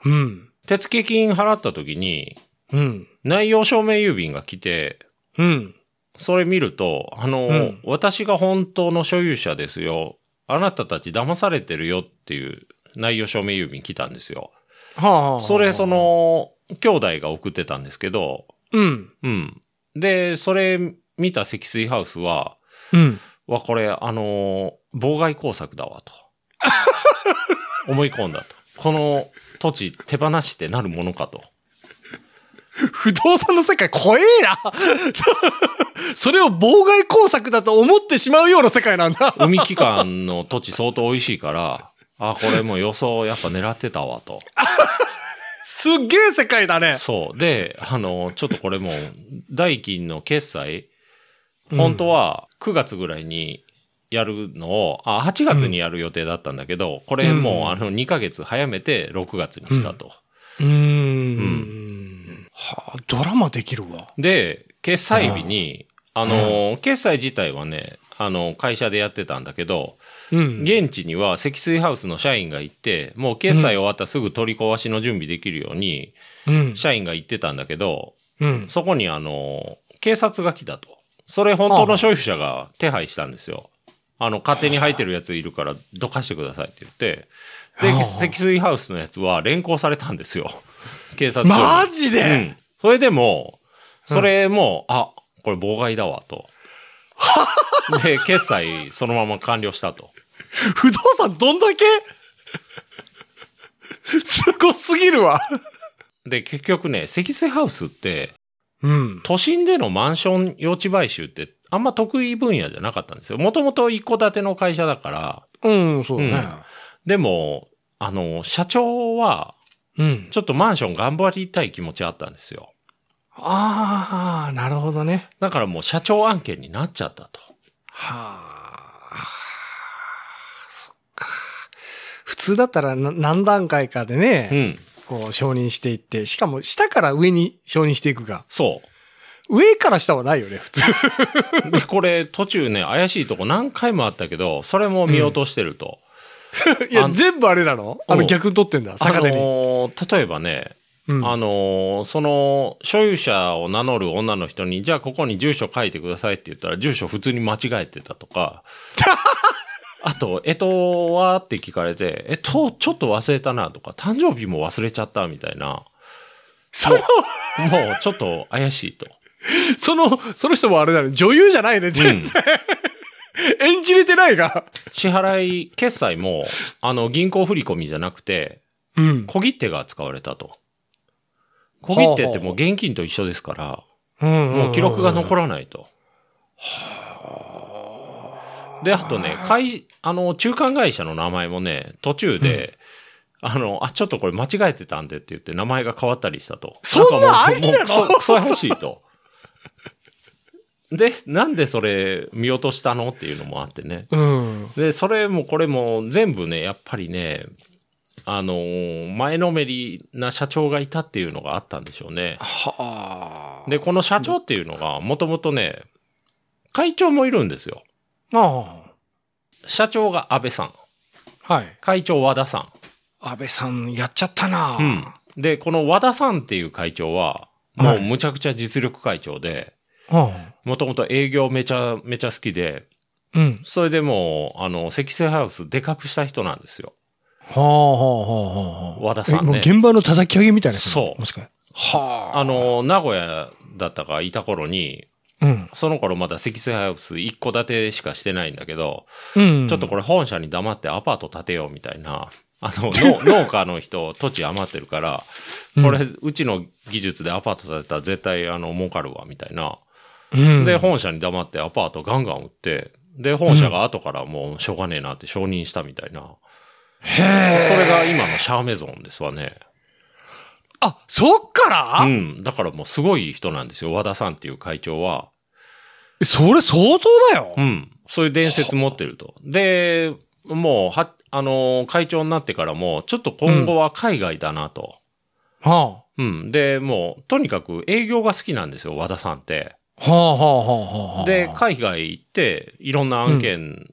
B: うん。
C: 手付金払った時に、
B: うん。
C: 内容証明郵便が来て、
B: うん。
C: それ見ると、あの、
B: うん
C: 私が本当の所有者ですよ。あなたたち騙されてるよっていう内容証明郵便来たんですよ。
B: はあ。
C: それ、そ、の、兄弟が送ってたんですけど、
B: うん。
C: うん。で、それ見た積水ハウスは、
B: うん。
C: わ、これ、あのー妨害工作だ
B: [LAUGHS]
C: わ、と。思い込んだと。この土地手放してなるものかと。
B: 不動産の世界怖えな。 [LAUGHS] それを妨害工作だと思ってしまうような世界なんだ。
C: 海機関の土地相当美味しいから、あ、これもう予想やっぱ狙ってたわ、と。
B: すっげえ世界だね。
C: [LAUGHS] そう。で、あの、ちょっとこれもう、代金の決済、本当は9月ぐらいにやるのを、あ、8月にやる予定だったんだけど、これ
B: うん
C: もうあの2ヶ月早めて6月にしたと。
B: うん。うん。はあ、ドラマできるわ。
C: で、決済日に、あの、決済自体はね、あの、会社でやってたんだけど、
B: うん
C: 現地には積水ハウスの社員が行って、もう決済終わったらすぐ取り壊しの準備できるように、
B: うん。
C: 社員が行ってたんだけど、
B: うん。
C: そこにあの、警察が来たと。それ本当の所有者が手配したんですよ。あの、勝手に入ってるやついるから、どかしてくださいって言って。
B: はあ
C: で、積水ハウスのやつは連行されたんで
B: [LAUGHS]
C: すよ。警察署に
B: マジで、
C: うん。それでも、それも、あ、これ妨害だわ、
B: [LAUGHS]
C: と。で、決済そのまま完了したと。
B: 不動産どんだけ [LAUGHS] すごすぎるわ。
C: で、結局ね、積水ハウスって、
B: うん。
C: 都心でのマンション用地買収って、あんま得意分野じゃなかったんですよ。もともと一戸建ての会社だから、
B: うん、そう
C: だでも、あの、社長は、
B: うん。
C: ちょっとマンション頑張りたい気持ちあったんですよ。
B: ああ、なるほどね。
C: だからもう社長案件になっちゃったと。
B: はあ、そっか。普通だったらな何段階かでね、
C: うん。
B: こう承認していって、しかも下から上に承認していくが、
C: そう。
B: 上から下はないよね、普通。
C: で、これ途中ね、怪しいとこ何回もあったけど、それも見落としてると。
B: いや、
C: あの
B: 全部あれなのあの
C: うん
B: 逆に取ってんだ、
C: あ
B: 逆手に。
C: のー例えばね、
B: うん
C: あのーその、所有者を名乗る女の人に、じゃあここに住所書いてくださいって言ったら、住所普通に間違えてた
B: [LAUGHS]
C: とか、あと、えとはって聞かれて、えと、ちょっと忘れたなとか、誕生日も忘れちゃったみたいな、
B: その、
C: もうちょっと怪しいと。
B: その、その人もあれだね、女優じゃないね、
C: うん
B: 全然。演じれてないが。
C: 支払い、決済も、あの、銀行振込じゃなくて、
B: うん。
C: 小切手が使われたと。
B: ほう
C: 小
B: ほう
C: 切手ってもう現金と一緒ですから、
B: も
C: もう記録が残
B: る。
C: らないと。で、あとね、会、あの、中間会社の名前もね、途中で、あの、あ、ちょっとこれ間違えてたんでって言って名前が変わったりしたと。
B: そんなん
C: かもう
B: ありなの
C: もうクソクソ怪しいと。で、なんでそれ見落としたのっていうのもあってね。
B: うん。
C: で、それもこれも全部ね、やっぱりね、あのー前のめりな社長がいたっていうのがあったんでしょうね。
B: はあ。
C: で、この社長っていうのが、もともとね、会長もいるんですよ。
B: あ
C: 社長が安倍さん、
B: あ。はい。
C: 会長和田さ
B: 安倍さん、やっちゃったな。
C: ん。うん。で、この和田さんっていう会長は、
B: は
C: も
B: いう
C: むちゃくちゃ実力会長で、
B: はあ。
C: もともと営業めちゃめちゃ好きで、
B: うん。
C: それでもう、あの、積成ハウスでかくした人なんですよ。
B: はあ、はあ、はあ、はあ。
C: 和田さんね
B: えもう現場の叩き上げみたいな。
C: そう
B: もしかしては
C: あ、の、名古屋だったかいた頃に、
B: うん。
C: その頃まだ積水ハウス一戸建てしかしてないんだけど、
B: うん。
C: ちょっとこれ本社に黙ってアパート建てようみたいな、あ
B: [LAUGHS]
C: の、の農家の人、土地余ってるから、
B: うん
C: これ、うちの技術でアパート建てたら絶対、あの、儲かるわ、みたいな。
B: うん
C: で、本社に黙ってアパートガンガン売って、で、本社が後からもうしょうがねえなって承認したみたいな。
B: へえ。
C: それが今のシャーメゾンですわね。
B: あ、そっから、
C: うん。だからもうすごい人なんですよ。和田さんっていう会長は。
B: それ相当だよ
C: う。ん。そういう伝説持ってると。で、もう、は、あのー、会長になってからも、ちょっと今後は海外だなと。
B: は
C: うん、で、もう、とにかく営業が好きなんですよ、和田さんって。
B: あ、はあ、はあ、はあ、はあ。
C: で、海外行って、いろんな案件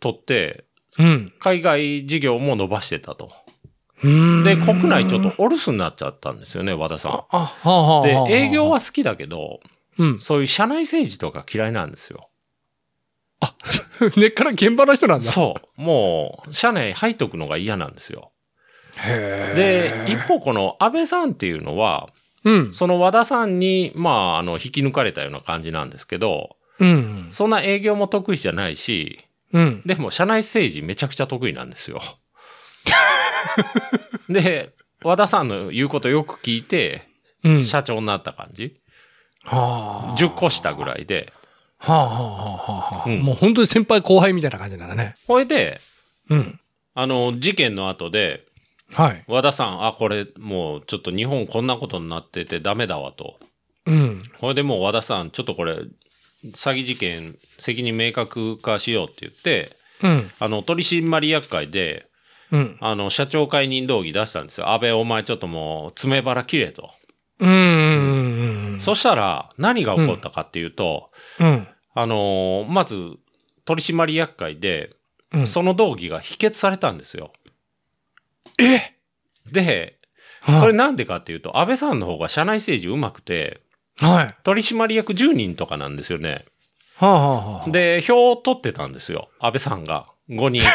C: 取って、
B: うん。
C: 海外事業も伸ばしてたと。
B: うーん
C: で、国内ちょっと。お留守になっちゃったんですよね、和田さ
B: あ、あはあ、はあ。
C: ん。
B: はあ
C: で、営業、は好きだけど、 [LAUGHS]
B: うん。
C: そういう社内政治とか嫌いなんですよ。
B: 根っから現場の人なんだ。
C: そう。もう、社内入っとくのが嫌なんですよ。
B: へ
C: で、一、方この安倍さんっていうのは、
B: うん。
C: その和田さんに、まあ、あの、引き抜かれたような感じなんですけど、
B: うん。
C: そんな営業も得意じゃないし、
B: うん。
C: でも社内政治めちゃくちゃ得意なんですよ。
B: [LAUGHS]
C: で、和田さんの言うことよく聞いて、
B: うん。
C: 社長になった感じ、
B: はあ。
C: 10個下ぐらいで。
B: はあ、はあ、はあ、はあ。
C: うん
B: もう本当に先輩後輩みたいな感じなんだね。
C: ほいで、
B: うん。
C: あの、事件の後で、
B: はい。
C: 和田さん、あ、これもうちょっと日本こんなことになっててダメだわと。
B: うん。
C: これでもう和田さん、ちょっとこれ、詐欺事件、責任明確化しようって言って、
B: うん。
C: あの、取締役会で、
B: うん。
C: あの、社長解任動議出したんですよ。安倍、お前ちょっともう、爪腹切れと。
B: うん。うんうん。
C: そしたら、何が起こったかっていうと、
B: うん。
C: あのーまず、取締役会で、
B: うん。
C: その動議が否決されたんですよ。
B: え
C: で、それなんでかっていうと、安倍さんの方が社内政治うまくて、
B: はい。はい
C: 取締役10人とかなんですよね。
B: はあ、はあはあ、
C: で、票を取ってたんですよ。安倍さんが。5人。
B: ち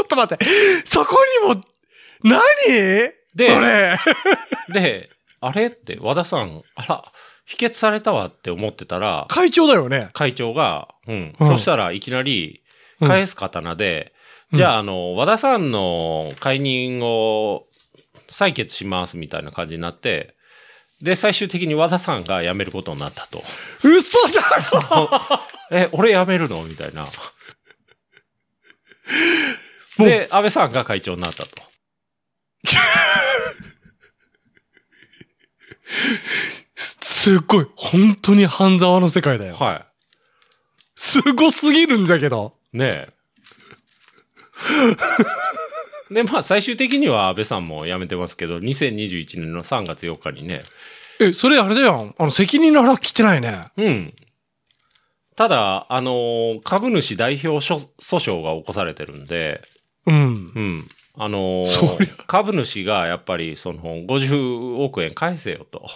B: ょっと待って。そこにも、何
C: で
B: それ。
C: で、あれって、和田さん、あら、否決されたわって思ってたら、
B: 会長だよね。
C: 会長が、うん。
B: うん
C: そしたらいきなり、返す刀で、
B: うん
C: じゃあ、あの、和田さんの解任を採決しますみたいな感じになって、で、最終的に和田さんが辞めることになったと。
B: 嘘だろ
C: え、俺辞めるのみたいな。
B: もう
C: で、安倍さんが会長になったと。
B: すすっごい。本当に半沢の世界だよ。
C: は
B: すごすぎるんじゃけど。
C: い。ねえ。で、まあ、最終的には安倍さんも辞めてますけど、2021年の3月4日にね。
B: え、それあれだよ。あの、責任の腹切ってないね。
C: うん。ただ、あのー株主代表訴訴訟が起こされてるんで、
B: うん。
C: うん。あのー
B: そり
C: 株主がやっぱり、その、50億円返せよと。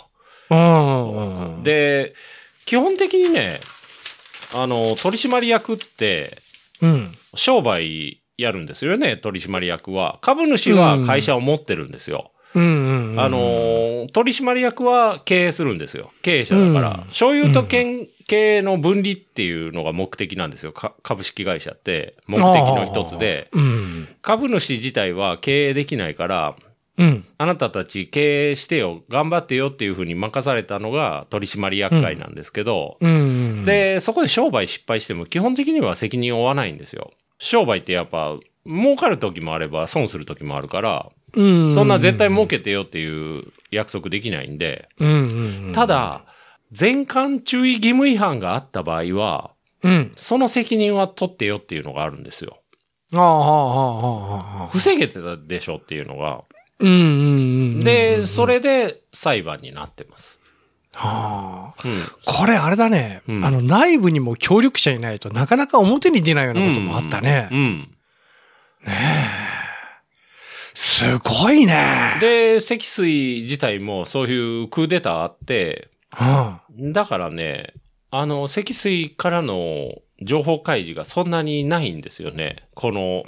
B: うんうん。うん、
C: で、基本的にね、あの、取締役って、
B: うん。
C: 商売やるんですよね、取締役は。株主は会社を持ってるんですよ。
B: うんうんうん。
C: あの、取締役は経営するんですよ。経営者だから。
B: うん
C: 所有と権経営の分離っていうのが目的なんですよ。か株式会社って。目的の一つで。
B: あー。うん。
C: 株主自体は経営できないから、
B: うん。
C: あなたたち経営してよ、頑張ってよっていうふうに任されたのが取締役会なんですけど、
B: うんうん。、
C: で、そこで商売失敗しても基本的には責任を負わないんですよ。商売ってやっぱ、儲かる時もあれば損する時もあるから、
B: うん。
C: そんな絶対儲けてよっていう約束できないんで、
B: うんうんうん。
C: た、だ、全館注意義務違反があった場合は、
B: うん。
C: その責任は取ってよっていうのがあるんですよ。
B: ああ、ああ、ああ、ああ。
C: 防げてたでしょっていうのが。
B: うんうんうん。
C: で、そ。れで裁判になってます。
B: はあ。
C: うん。
B: これあれだね。
C: うん
B: あの、内部にも協力者いないとなかなか表に出ないようなこともあったね。
C: うんうん。
B: すごいね。
C: で、積水自体もそういうクーデターあって、
B: うん。
C: だからね、あの、積水からの情報開示がそんなにないんですよね。この、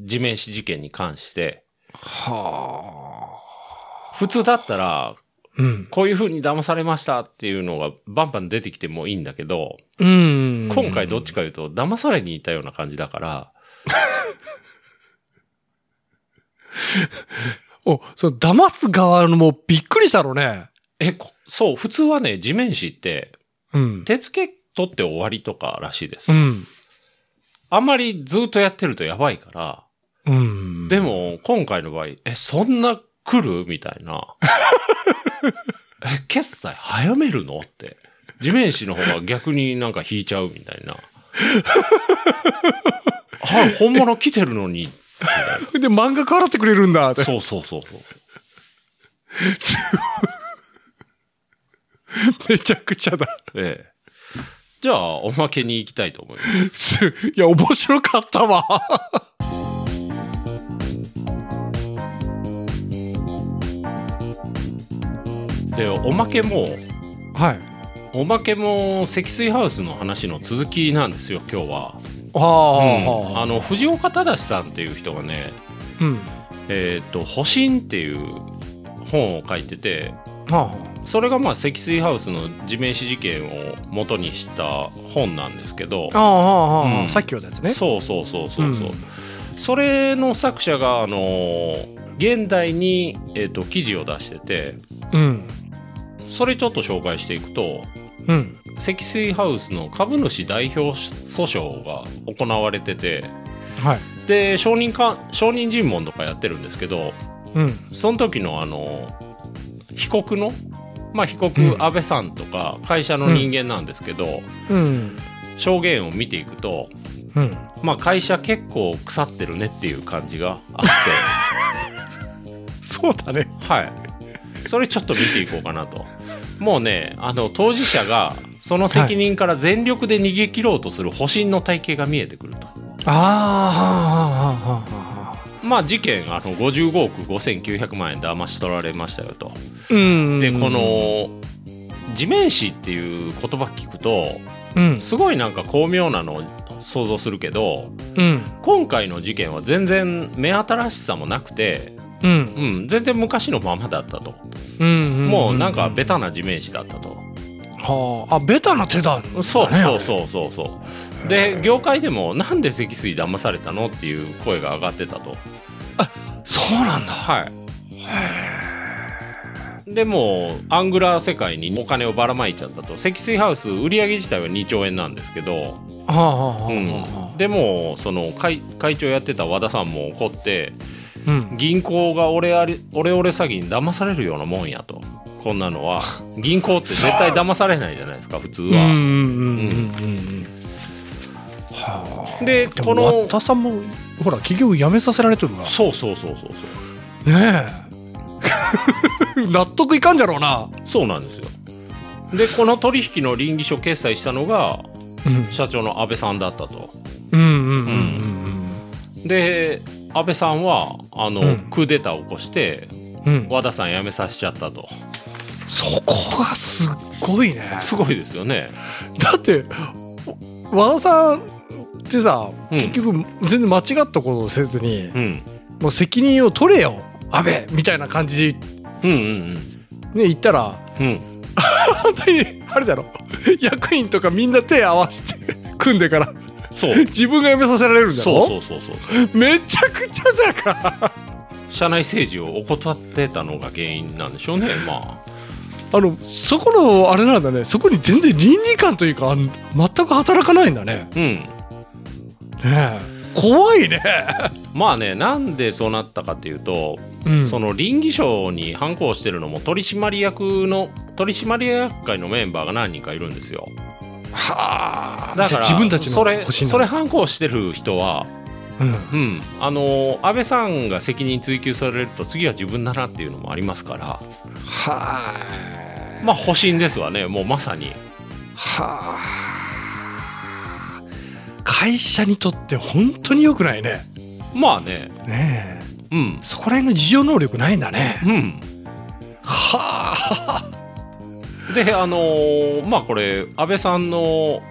C: 地面師事件に関して。
B: はあ。
C: 普通だったら、
B: うん。
C: こういう風に騙されましたっていうのがバンバン出てきてもいいんだけど、
B: うん。
C: 今回どっちか言うと、騙されに行ったような感じだから、
B: お、そう、騙す側のもうびっくりしたろうね。
C: え、こそう、普通はね、地面師って、
B: うん。
C: 手付け取って終わりとからしいです
B: う。ん。
C: あんまりずっとやってるとやばいから、
B: うん。
C: で、も、今回の場合、え、そんな来るみたいな。 [LAUGHS] え、決済早めるのって。地面師の方が逆になんか引いちゃうみたいな。 [LAUGHS] はい、本物来てるのに。
B: で、漫画からってくれるんだって。
C: そうそうそうそう。
B: [LAUGHS] めちゃくちゃだ。
C: ええ。じゃあ、おまけに行きたいと思います。
B: すいや、面白かったわ。
C: で、おまけも、
B: はい。
C: おまけも、積水ハウスの話の続きなんですよ、今日は。
B: は
C: うん
B: あ、
C: あの、藤岡忠さんっていう人がね、
B: うん。
C: えっ、と、保身っていう本を書いてて、
B: は
C: それがまあ積水ハウスの地面師事件を元にした本なんですけど
B: あ、あ、ああ、
C: うん
B: さっきのやつね。
C: そうそうそうそうそう、
B: うん
C: それの作者があのー現代に、えっと記事を出してて
B: うん。
C: それちょっと紹介していくと
B: うん。
C: 積水ハウスの株主代表訴訟が行われてて
B: はい。
C: で、証人か、証人尋問とかやってるんですけど、
B: うん。
C: その時のあの、被告の、まあ被
B: う
C: 告
B: ん
C: 安倍さんとか会社の人間なんですけど、
B: うん。
C: 証言を見ていくと、
B: うん。
C: まあ会社結構腐ってるねっていう感じがあっ
B: そうだね。 [LAUGHS]
C: て、はい。それちょっと見ていこうかなと。もうね、あの、当事者がその責任から全力で逃げ切ろうとする保身の体系が見えてくると。
B: ああ、はあ、はあ、はあ、はあ。
C: まあ事件、あの、55億5900万円騙し取られましたよと。
B: うん。
C: で、こ、の、地面師っていう言葉聞くと、
B: うん。
C: すごいなんか巧妙なのを想像するけど、
B: うん。
C: 今回の事件は全然目新しさもなくて、
B: うん。
C: うん、全然昔のままだったと。
B: うん。
C: もうなんかベ
B: タ。
C: タな地面師だったと。
B: はあ。あ、ベタな手だ。
C: そう
B: だね
C: そうそうそうそう。で、業界でもなんで積水騙されたのっていう声が上がってたと。
B: そうなんだ。
C: はい。でもうアングラー世界にお金をばらまいちゃったと積水ハウス売り上げ自体は2兆円なんですけど、
B: はあ、はあ、はあ、
C: うん、
B: は
C: でもその会会長やってた和田さんも怒って
B: あ。うん。
C: 銀行がオレありオレオレ詐欺に騙されるようなもんやとこんなのは [LAUGHS] 銀行って絶対騙されないじゃないですか
B: [LAUGHS]
C: 普通
B: うん。うん。
C: は。
B: うん。うん。はあ。で
C: で
B: も
C: この
B: 和田さんもほら企業辞めさせられてるか
C: そうそうそうそう
B: らねえ [LAUGHS] 納得いかんじゃろうな、
C: そうそうなんですよ。でこの取引の倫理書決済したのが
B: うん、
C: 社長の安倍さんだったと。
B: うんうんうん
C: で安倍さんはあの、
B: うん
C: クーデターを起こして
B: うんうん
C: 和田さん辞めさせちゃったと
B: そこがすっごいね
C: すごいですよね。
B: だって和田さんってさ、
C: うん
B: 結局全然間違ったことをせずに
C: うん、
B: もう責任を取れよ安倍みたいな感じで、
C: うんうん
B: ね、言ったら
C: うんうん
B: 反対にあれだろ役員とかみんな手合わせて [LAUGHS] 組んでから
C: そう
B: 自分が辞めさせられるんだろ
C: そうそうそうそう
B: めちゃくちゃじゃんか
C: 社内政治を怠ってたのが原因なんでしょうねまあ
B: あのそこのあれなんだねそこに全然倫理観というかあん全く働かないんだね
C: うん
B: ねえ怖いね、
C: まあねなんでそうなったかっていうと、
B: うん
C: その倫理省に反抗してるのも取締役の取締役会のメンバーが何人かいるんですよ
B: はあ
C: だ
B: じ
C: か
B: ゃあ
C: ら
B: 自分たちの
C: それ
B: 欲しいな
C: それ反抗してる人は
B: うん
C: うんあの安倍さんが責任追及されると次は自分だなっていうのもありますから
B: はあ
C: まあ保身ですわねもうまさに
B: はあ会社にとって本当に良くないね
C: まあね
B: ねえ
C: うん
B: そこら辺の事情能力ないんだね
C: うん
B: はあ
C: であのーまあこれ安倍さんの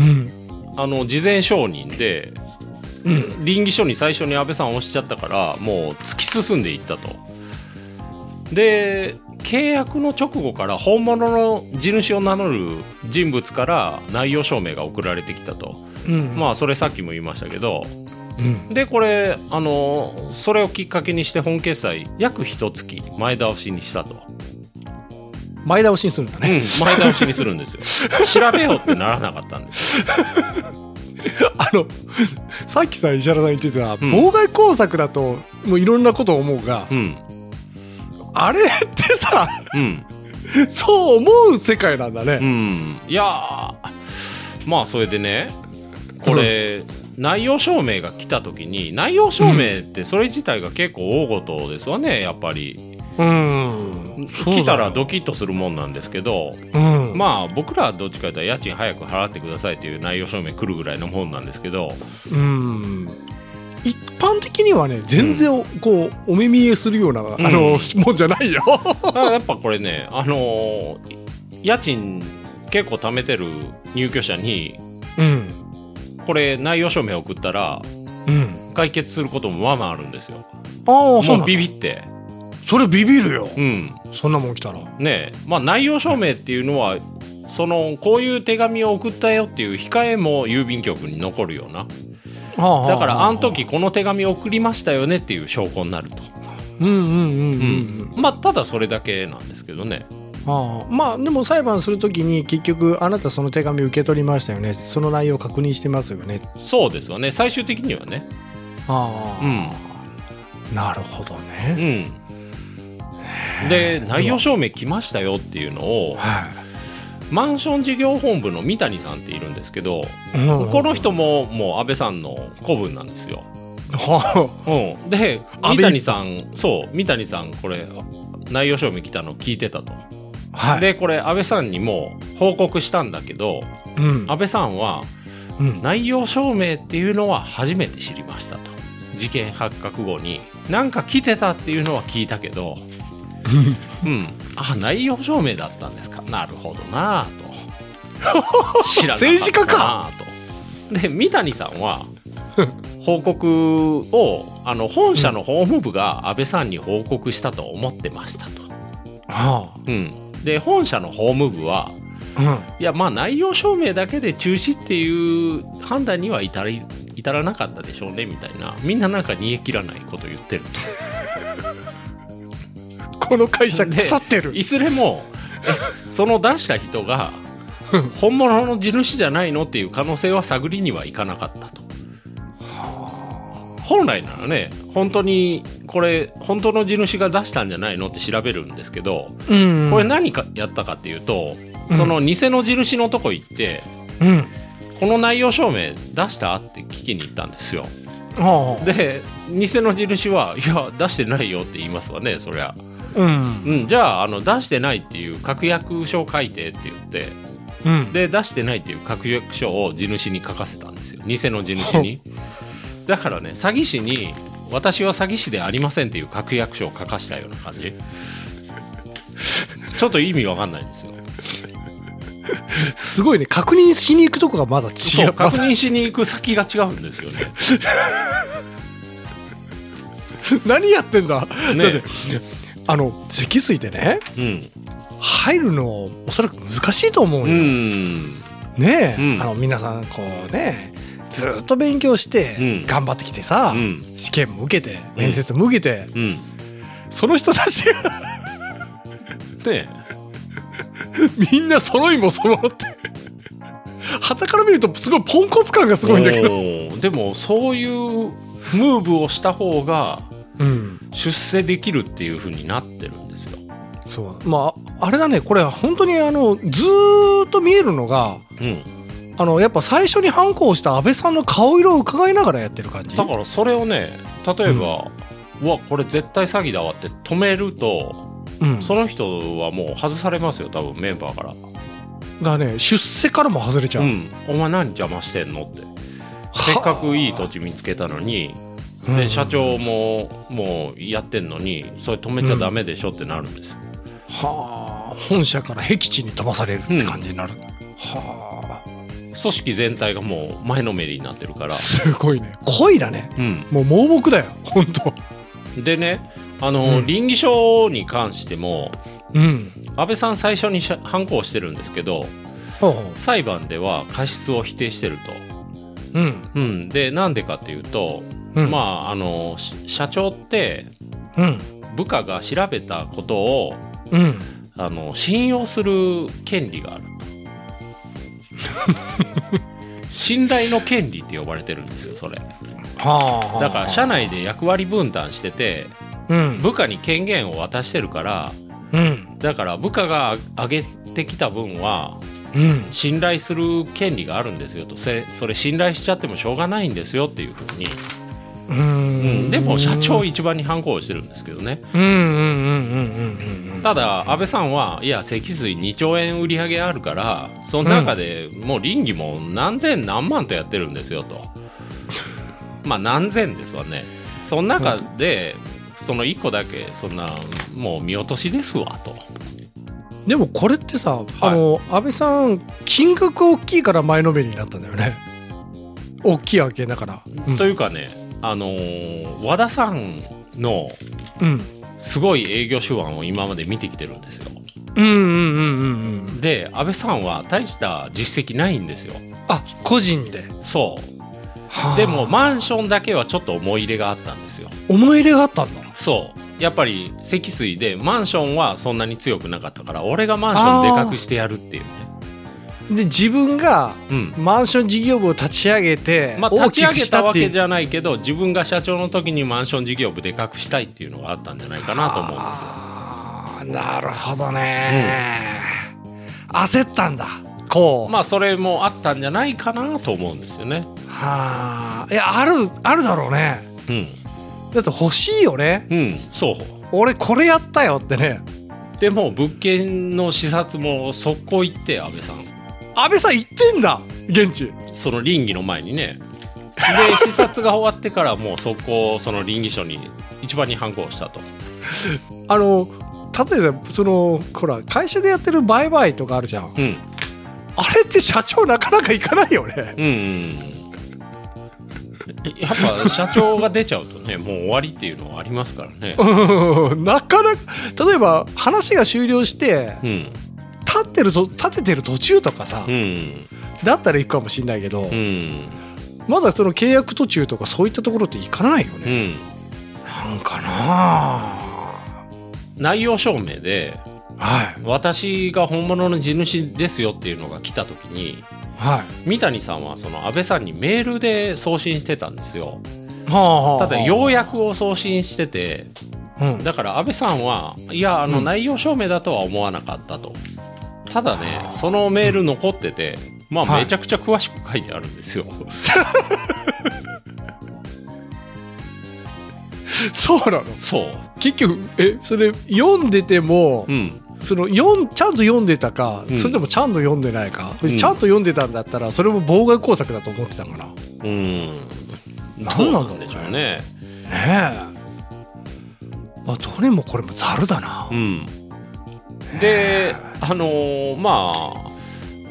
B: うん
C: あの事前承認で
B: うん
C: 倫理書に最初に安倍さんを押しちゃったからもう突き進んでいったとで契約の直後から本物の地主を名乗る人物から内容証明が送られてきたと
B: うん
C: まあそれさっきも言いましたけど
B: うん
C: でこれあのそれをきっかけにして本決済約一月前倒しにしたと、
B: 前倒しにするんだ
C: う
B: ね、
C: ん、前倒しにするんですよ調べようってならなかったんです
B: あのさっきさ石原さん言ってた、
C: ん
B: 妨害工作だともういろんなことを思うが、
C: うん
B: あれってさ
C: うん
B: そう思う世界なんだ
C: う
B: ね、
C: ん、いやーまあそれでねこれ、内容証明が来た時に内容証明ってそれ自体が結構大事ですわねやっぱり
B: うん
C: 来たらドキッとするもんなんですけど
B: うん
C: まあ僕らはどっちかというと家賃早く払ってくださいという内容証明来るぐらいのもんなんですけど
B: うん一般的にはね全然おこうお目見えするような、あのもんじゃないよ
C: だからやっぱこれねあのー家賃結構貯めてる入居者に
B: うん
C: これ内容証明送ったら
B: うん
C: 解決することもまあまああるんですよ
B: ああそう
C: も
B: な
C: うん
B: だ
C: ビビって
B: それビビるよ、
C: うん
B: そんなもん来たら
C: ねえまあ内容証明っていうのはそのこういう手紙を送ったよっていう控えも郵便局に残るようなだ
B: だ
C: からあの時この手紙を送りましたよねっていう証拠になると
B: うんうんうんうん、うん
C: まあただそれだけなんですけどね
B: ああまあでも裁判するときに結局あなたその手紙受け取りましたよねその内容確認してますよね
C: そうですよね最終的にはね
B: あ
C: う
B: あ、
C: ん。
B: なるほど
C: う
B: ね。
C: ん。で、内容証明来ましたよっていうのを、
B: はい。
C: マンション事業本部の三谷さんっているんですけど、
B: うん
C: この人ももう安倍さんの子分なんですよ。
B: は
C: うん、で
B: 安倍
C: 三谷さんそう三谷さんこれ内容証明来たの聞いてたと、
B: あはい。
C: でこれ安倍さんにも報告したんだけど
B: うん、
C: 安倍さんは
B: うん、
C: 内容証明っていうのは初めて知りましたと事件発覚後になんか来てたっていうのは聞いたけどうんあ内容証明だったんですかなるほどなあと知らなかったなあと
B: 政治家か
C: で三谷さんは報告をあの本社の法務部が安倍さんに報告したと思ってましたと、
B: は
C: うん、で本社の法務部は
B: あ、うん、
C: いやまあ内容証明だけで中止っていう判断には至り至らなかったでしょうねみたいなみんななんか煮え切らないこと言ってる
B: この会社腐ってる。
C: いずれもえその出した人が本物の地主じゃないのっていう可能性は探りにはいかなかったと本来ならね本当にこれ本当の地主が出したんじゃないのって調べるんですけど
B: うん
C: これ、何かやったかっていうと、その偽の地主のとこ行って
B: うん、
C: この内容証明出したって聞きに行ったんですよ
B: はあ、
C: で偽の地主はいや出してないよって言いますわねそりゃ
B: うん、
C: うん、じゃああの出してないっていう確約書を書いてって言って
B: うん、
C: で出してないっていう確約書を地主に書かせたんですよ偽の地
B: [LAUGHS]
C: 主にだからね詐欺師に「私は詐欺師でありません」っていう確約書を書かしたような感じ [LAUGHS] ちょっと意味わかんないんですよ
B: すごいね。確認しに行くとこがまだ違。
C: そうう確認しに行く先が違うんです
B: [LAUGHS]
C: よね
B: 何やってんだ。だって
C: ね
B: あの積水でね、
C: うん
B: 入るのおそらく難しいと思う
C: う
B: よ。
C: ん
B: ねえ、
C: うん
B: あの皆さんこうね、ずっと勉強し
C: う
B: て
C: ん
B: 頑張ってきてさ、
C: うん
B: 試験も受けて面接も受けて、
C: うん
B: その人たちが [LAUGHS]
C: で
B: みんな揃いも揃って。旗から見るとすごいポンコツ感がすごいんだけど、
C: おーでもそういうムーブをした方が
B: うん、
C: 出世できるっていう風になってるんですよ。
B: そうまああれだねこれ本当にあのずーっと見えるのが
C: うん、
B: あのやっぱ最初に反抗した安倍さんの顔色を伺いながらやってる感じ
C: だからそれをね例えば、うわこれ絶対詐欺だわって止めると
B: うん、
C: その人はもう外されますよ多分メンバーから。
B: がね出世からも外れちゃう、
C: うん、お前何邪魔してんのってせっかくいい土地見つけたのに
B: うん
C: で社長ももうやってんのにそれ止めちゃダメでしょってなるんですよ。
B: はあ本社から僻地に飛ばされるって感じになる、は
C: 組織全体がもう前のめりになってるか
B: あ
C: ら。
B: すごいね恋だね
C: うん
B: もう盲目だよ本当
C: でねあの、
B: うん
C: 倫理書に関しても
B: うん
C: 安倍さん最初にしゃ反抗してるんですけど
B: ほうほ
C: 裁判では過失を否定してる
B: ううん、
C: と、うん、でなんでかっていうと、
B: うん、
C: まああのし社長って
B: あうん
C: 部下が調べたことを
B: うん
C: あの信用する権利がある
B: [LAUGHS]
C: と信頼の権利って呼ばれてるんですよそれ
B: はあ
C: だから社内で役割分担してて
B: うん
C: 部下に権限を渡してるから
B: うん
C: だから部下が上げてきた分は
B: うん
C: 信頼する権利があるんですよとせそれ信頼しちゃってもしょうがないんですよっていうふうに、
B: う
C: うん
B: ん
C: でも社長一番に反抗してるんですけどね
B: うんうんうんうんうんうん
C: ただ安倍さんはいや脊髄2兆円売り上げあるからその中でもう倫理も何千何万とやってるんです
B: [LAUGHS]
C: よとまあ何千ですわねその中でその1個だけそんなもう見落としですわと
B: でもこれってさ、あの安倍さん金額大きいから前のめりになったんだよね大きい案件だからうん
C: というかね、あのー和田さんの
B: うん
C: すごい営業手腕を今まで見てきてるんですよ
B: うんうんうんうんうん
C: で安倍さんは大した実績ないんですよ
B: あ個人で、
C: そう
B: はあ
C: でもマンションだけはちょっと思い入れがあったんですよ
B: 思い入れがあったんだ
C: そうやっぱり積水でマンションはそんなに強くなかったから俺がマンションでかくしてやるっていうね
B: で自分が
C: うん。
B: マンション事業部を立ち上げて、
C: まあ、
B: 大き
C: 立ち上
B: く
C: げ
B: したたっ
C: わ
B: てい
C: け
B: う
C: じゃないけど、自分が社長の時にマンション事業部でかくしたいっていうのがあったんじゃないかなと思うんですよ。
B: あーなるほどね、焦ったんだこう、
C: まあ、それもあったんじゃないかなと思うんですよね。
B: はあいやあるあるだろうね
C: うん。
B: だって欲しいよね
C: うん、そう。
B: 俺これやったよってね
C: でも、物件の視察も速攻行って、安倍さん。
B: 安倍さん行ってんだ現地
C: その倫議の前にね。で、視察が終わってから、もう速攻、その倫議書に一番に反抗したと。
B: あの例えばそのほら会社でやってる売買とかあるじゃん
C: うん。
B: あれって社長なかなか行かないよね
C: うんうんうん。やっぱ社長が出ちゃうとね、もう終わりっていうのはありますからね。
B: うんなかなか例えば話が終了して
C: うん。
B: 立ってると立ててる途中とかさ
C: うん。
B: だったら行くかもしれないけど
C: うん。
B: まだその契約途中とかそういったところって行かないよ
C: う
B: ね
C: ん。
B: なんかなあ
C: 内容証明で、
B: はい
C: 私が本物の地主ですよっていうのが来た時に、
B: はい
C: 三谷さんはその安倍さんにメールで送信してたんですよ。
B: はあはあは
C: た
B: あ
C: だ、要約を送信してて、
B: うん
C: だから安倍さんは、いや、あの、
B: うん
C: 内容証明だとは思わなかったと。ただね、そのメール残ってて、まあ、
B: はい
C: めちゃくちゃ詳しく書いてあるんです
B: [LAUGHS]
C: よ。
B: そうなの
C: そう。
B: 結局えそれ読んでても
C: うん。
B: その読んちゃんと読んでたか、
C: うん
B: それでもちゃんと読んでないか、
C: うん
B: ちゃんと読んでたんだったらそれも妨害工作だと思ってたからね
C: うん。
B: 何なんだろうね
C: どうでしょうね。
B: えまあどれもこれもざるだな、
C: うん。で、あのーまあ、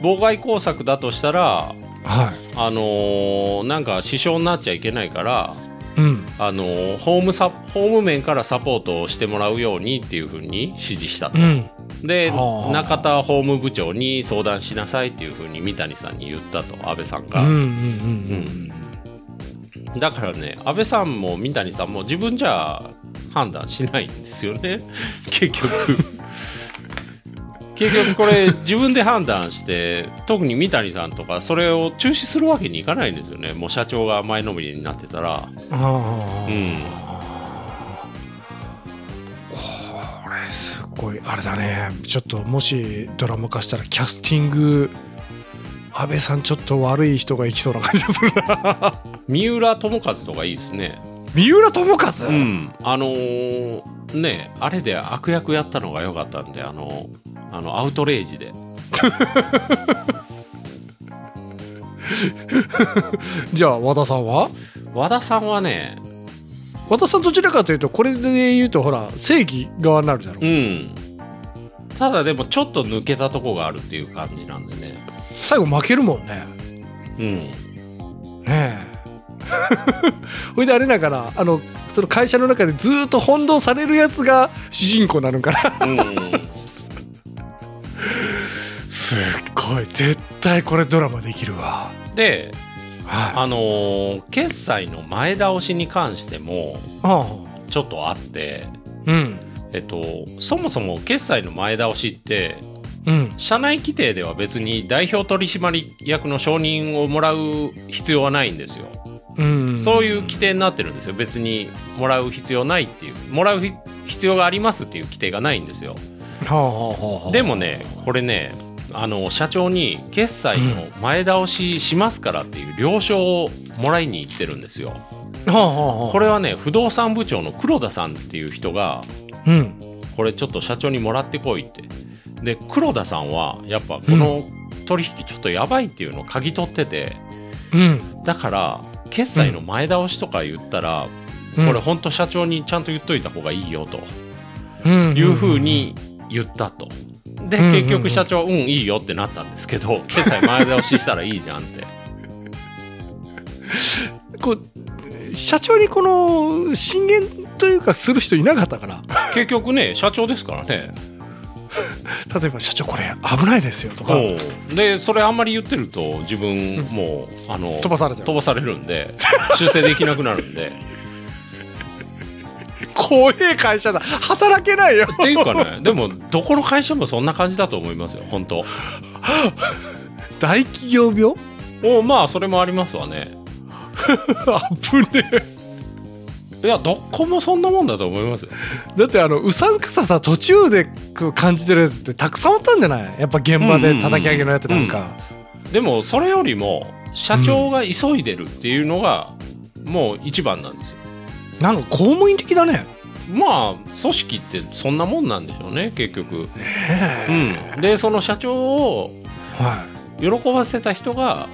C: 妨害工作だとしたら、
B: はい
C: あのーなんか支障になっちゃいけないから、
B: うん
C: あのーホームサホーム面からサポートをしてもらうようにっていうふうに指示したと。
B: うん
C: で
B: あー
C: 中田法務部長に相談しなさいっていうふうに三谷さんに言ったと安倍さん
B: うんう
C: が、
B: んうん
C: だからね安倍さんも三谷さんも自分じゃ判断しないんですよね [LAUGHS] 結局結局これ自分で判断して特に三谷さんとかそれを中止するわけにいかないんですよねもう社長が前のめりになってたら
B: ああ、
C: うん
B: これすごいあれだねちょっともしドラマ化したらキャスティング安倍さんちょっと悪い人がいきそうな感じがするな
C: 三浦友和とかいいですね
B: [LAUGHS] 三浦友和、
C: うん、あのーねあれで悪役やったのが良かったんであのあのアウトレイジで
B: じゃあ和田さんは
C: 和田さんはね
B: 和田さんどちらかというとこれで言うとほら正義側になるだろう
C: うんただでもちょっと抜けたとこがあるっていう感じなんでね
B: 最後負けるもんね
C: うん
B: ねえ [LAUGHS] ほいであれだからあのその会社の中でずーっと翻弄されるやつが主人公なのかな
C: うん
B: すっごい絶対これドラマできるわ
C: で
B: はい
C: あのー決済の前倒しに関しても
B: あ
C: ちょっとあって
B: うん
C: えっとそもそも決済の前倒しって
B: うん
C: 社内規定では別に代表取締役の承認をもらう必要はないんですよ
B: うん
C: そういう規定になってるんですよ、別にもらう必要ないっていう、もらうひ必要がありますっていう規定がないんですよ。
B: はあはあはあはあ
C: でもね、これね、あの社長に決済の前倒ししますからっていう了承をもらいに行ってるんですよ。
B: はあはあはあ
C: これはね、不動産部長の黒田さんっていう人が、
B: うん
C: これちょっと社長にもらってこいって。で、黒田さんは、やっぱこの取引ちょっとやばいっていうのを嗅ぎ取ってて、
B: うん
C: だから、決済の前倒しとか言ったら、
B: うん
C: これ本当社長にちゃんと言っといた方がいいよと
B: うん
C: いうふうに言ったと。で、
B: うんうんうん
C: 結局社長、うん、いいよってなったんです
B: [LAUGHS]
C: けど、決済前倒ししたらいいじゃんって。
B: こう社長にこの進言というかする人いなかったから
C: 結局ね、社長ですからね。
B: 例えば「社長これ危ないですよ」とか
C: おうで、それあんまり言ってると、自分もう、あの、
B: 飛ばされちゃ
C: 飛
B: う
C: ばされるんで、修正できなくなるんで。
B: 怖え会社だ働けないよ [LAUGHS]
C: っていうかね、でも、どこの会社もそんな感じだと思いますよ、本当。
B: 大企業病
C: おまあ、それもあります
B: [LAUGHS]
C: わね。
B: あぶねえ
C: いや、どこもそんなもんだと思いますよ。
B: だってあのうさんくささ途中でこう感じてるやつってたくさんおったんじゃないやっぱ現場で叩き上げのやつなんか、
C: でも、それよりも、社長が急いでるっていうのが、もう一番なんですよ。
B: なんか公務員的だね
C: まあ、組織ってそんなもんなんでしょうね、結局。
B: ねえ
C: うん。で、その社長を
B: はい
C: 喜ばせた人が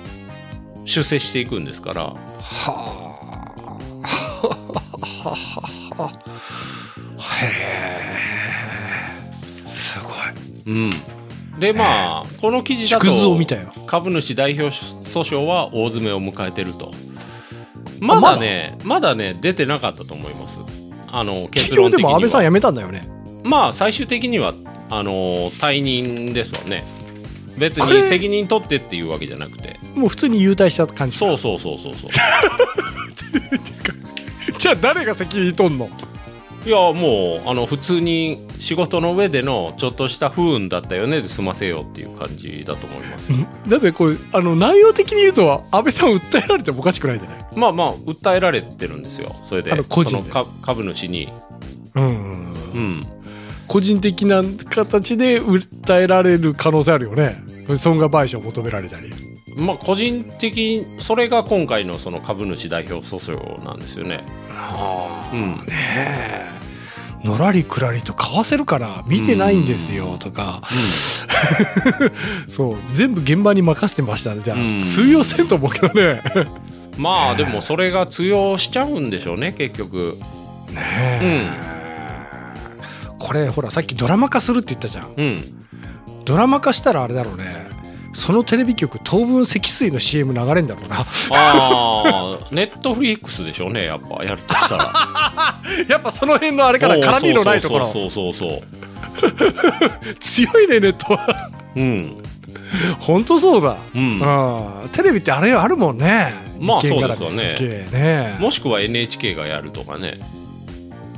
C: 出世していくんですから。
B: はあへえすごい
C: うん。で、まあ、この記事だ
B: 縮図を
C: と
B: 見、たよ
C: 株主代表訴訟は大詰めを迎えてると。まだね、まだね、出てなかったと思います。あの、結
B: 企業
C: 論
B: で
C: 的に
B: も安倍さん
C: は。
B: 辞めたんだよね
C: まあ、最終的には、あの、退任ですわね。別
B: これ
C: に責任取ってっていうわけじゃなくて。
B: もう普通に優待した感じ
C: そうそうそうそう
B: [LAUGHS]
C: そう。
B: じゃあ誰が責任取んの
C: いやもうあの普通に仕事の上でのちょっとした不運だったよねで済ませようっていう感じだと思います、
B: だってこれあの内容的に言うと安倍さん訴えられてもおかしくないじゃない
C: まあまあ訴えられてるんですよそれで
B: あの個人で
C: そのか株主に、
B: うん
C: うん、
B: 個人的な形で訴えられる可能性あるよね損害賠償を求められたり
C: まあ個人的にそれが今回のその株主代表訴訟なんですよね、
B: あ
C: うん、
B: ねえのらりくらりと買わせるから見てないんですよとか、そう全部現場に任せてましたねじゃあ、
C: うん
B: 通用せんと思うけどね
C: まあでもそれが通用しちゃうんでしょうね結局
B: ねえ、これほらさっきドラマ化するって言ったじゃん
C: うん
B: ドラマ化したらあれだろうねそのテレビ局当分積水の CM 流れんだろうな
C: ああネットフリックスでしょうねやっぱやるとし
B: [LAUGHS]
C: たら
B: やっぱその辺のあれから絡みのないところ
C: そうそうそうそうそう
B: 強いねネットは
C: そううん
B: 本当そうだ、
C: うん
B: うんテレビってあれあるもんね
C: まあ
B: 意見絡み
C: そうですよね
B: すっげえね
C: もしくは NHK がやるとかね。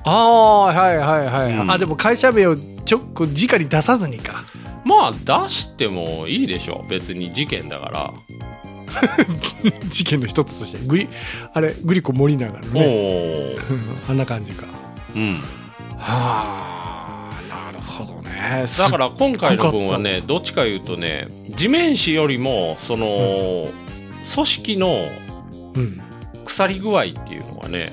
B: ああはいはいはい、
C: うん
B: あでも会社名をちょっこ直に出さずにか [LAUGHS]
C: まあ出してもいいでしょ。別に事件だから。
B: 事件の一つとしてグリあれグリコ森永の
C: お
B: ね
C: おー。
B: うん [LAUGHS] あんな感じか
C: うん。
B: はあなるほどね
C: だから今回の分は
B: す
C: ね、どっちか言うとね、地面師よりも、その、組織の
B: うん
C: 腐り具合っていうのがね、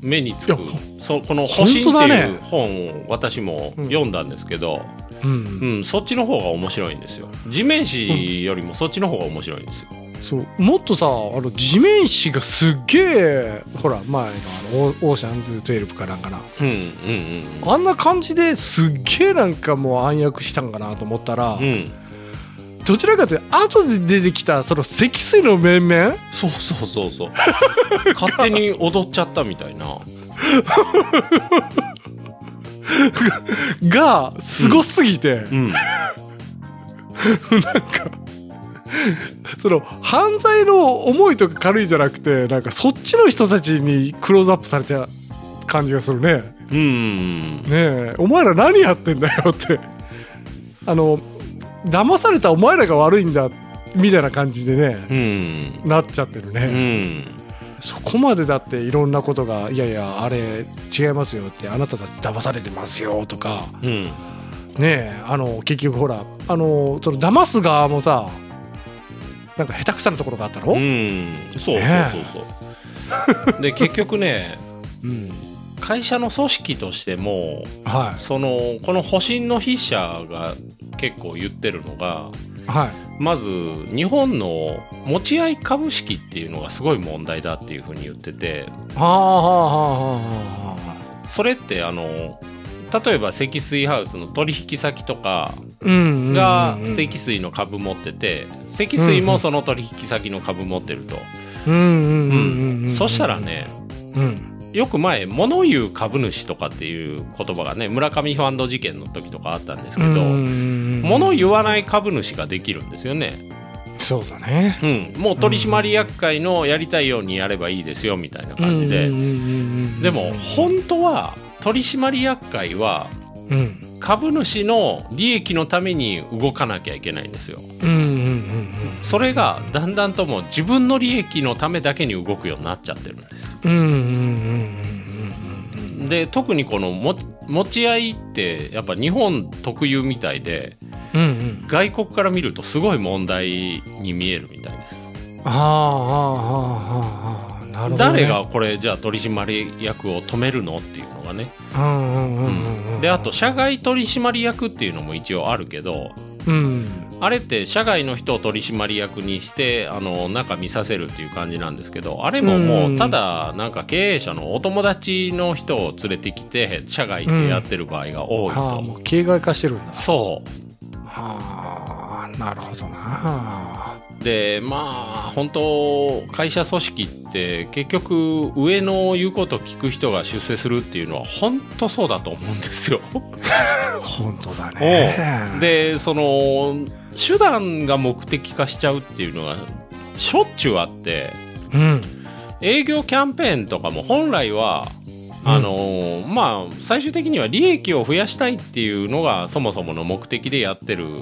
C: 目につ
B: い
C: く
B: や。
C: そこの「保身」って
B: 本当だ
C: い
B: ね
C: う本を私も読んだんですけど、
B: うん
C: うんそっちの方が面白いんですよ地面師よりもそっちの方が面白いんですよ、
B: そうもっとさあの地面師がすっげえほら前のあのオーオーシャンズ12かなんかな
C: うん、うん
B: あんな感じですっげえなんかもう暗躍したんかなと思ったら、
C: うんうんうん
B: どちらかというと後で出てきたその積水の面々
C: そうそうそう [LAUGHS] そう勝手に踊っちゃったみたいな
B: がすごすぎて、
C: うん
B: その犯罪の思いとか軽いじゃなくてなんかそっちの人たちにクローズアップされた感じがするね。
C: うん
B: ねえお前ら何やってんだよってあの騙されたお前らが悪いんだみたいな感じでね、
C: うん
B: なっちゃってるね、
C: うん
B: そこまでだっていろんなことが「いやいやあれ違いますよ」って「あなたたち騙されてますよ」とか
C: うん
B: ねえあの結局ほらあのその騙す側もさなんか下手くさなところがあったろ、
C: うんそうそう
B: ね
C: そう [LAUGHS] そうで結局ね
B: うん
C: 会社の組織としても
B: は
C: そのこの保身の筆者が結構言ってるのが
B: いはい
C: まず日本の持ち合い株式っていうのがすごい問題だっていうふうに言ってて
B: はあはあはあはあはあ
C: それってあの例えば積水ハウスの取引先とか
B: うんうんうんうん
C: が積水の株持ってて積水もその取引先の株持ってると、
B: うんうんうんうんうん
C: そしたらね
B: うん
C: よく前物言う株主とかっていう言葉がね村上ファンド事件の時とかあったんですけど、物言わない株主ができるんですよね、
B: そうだね
C: うん、もう取締役会のやりたいようにやればいいですよみたいな感じで、
B: うんうんうんうん
C: でも本当は取締役会は
B: うん
C: 株主の利益のために動かなきゃいけないんですよ
B: うんうんうんうん
C: それがだんだんともう自分の利益のためだけに動くようになっちゃってるんです
B: うんうんうんうんうん
C: で特にこのも持ち合いってやっぱ日本特有みたいで
B: うんうんうん
C: 外国から見るとすごい問題に見えるみたいです
B: あああああああなるほど、ね、
C: 誰がこれじゃあ取締役を止めるのっていうのがね、
B: うんうんうんうんうん
C: であと社外取締役っていうのも一応あるけど
B: うん
C: あれって社外の人を取締役にしてあの中見させるっていう感じなんですけどあれもも
B: うん
C: うただなんか経営者のお友達の人を連れてきて社外でやってる場合が多いと
B: はあ
C: 思う、
B: もう形骸化してるんだ
C: そう
B: はあなるほどな
C: でまあ本当会社組織って結局上の言うこと聞く人が出世するっていうのは本当そうだと思うんですよ。
B: 本当だね
C: でその手段が目的化しちゃうっていうのがしょっちゅうあって
B: うん
C: 営業キャンペーンとかも本来は。あのまあ最終的には利益を増やしたいっていうのがそもそもの目的でやってる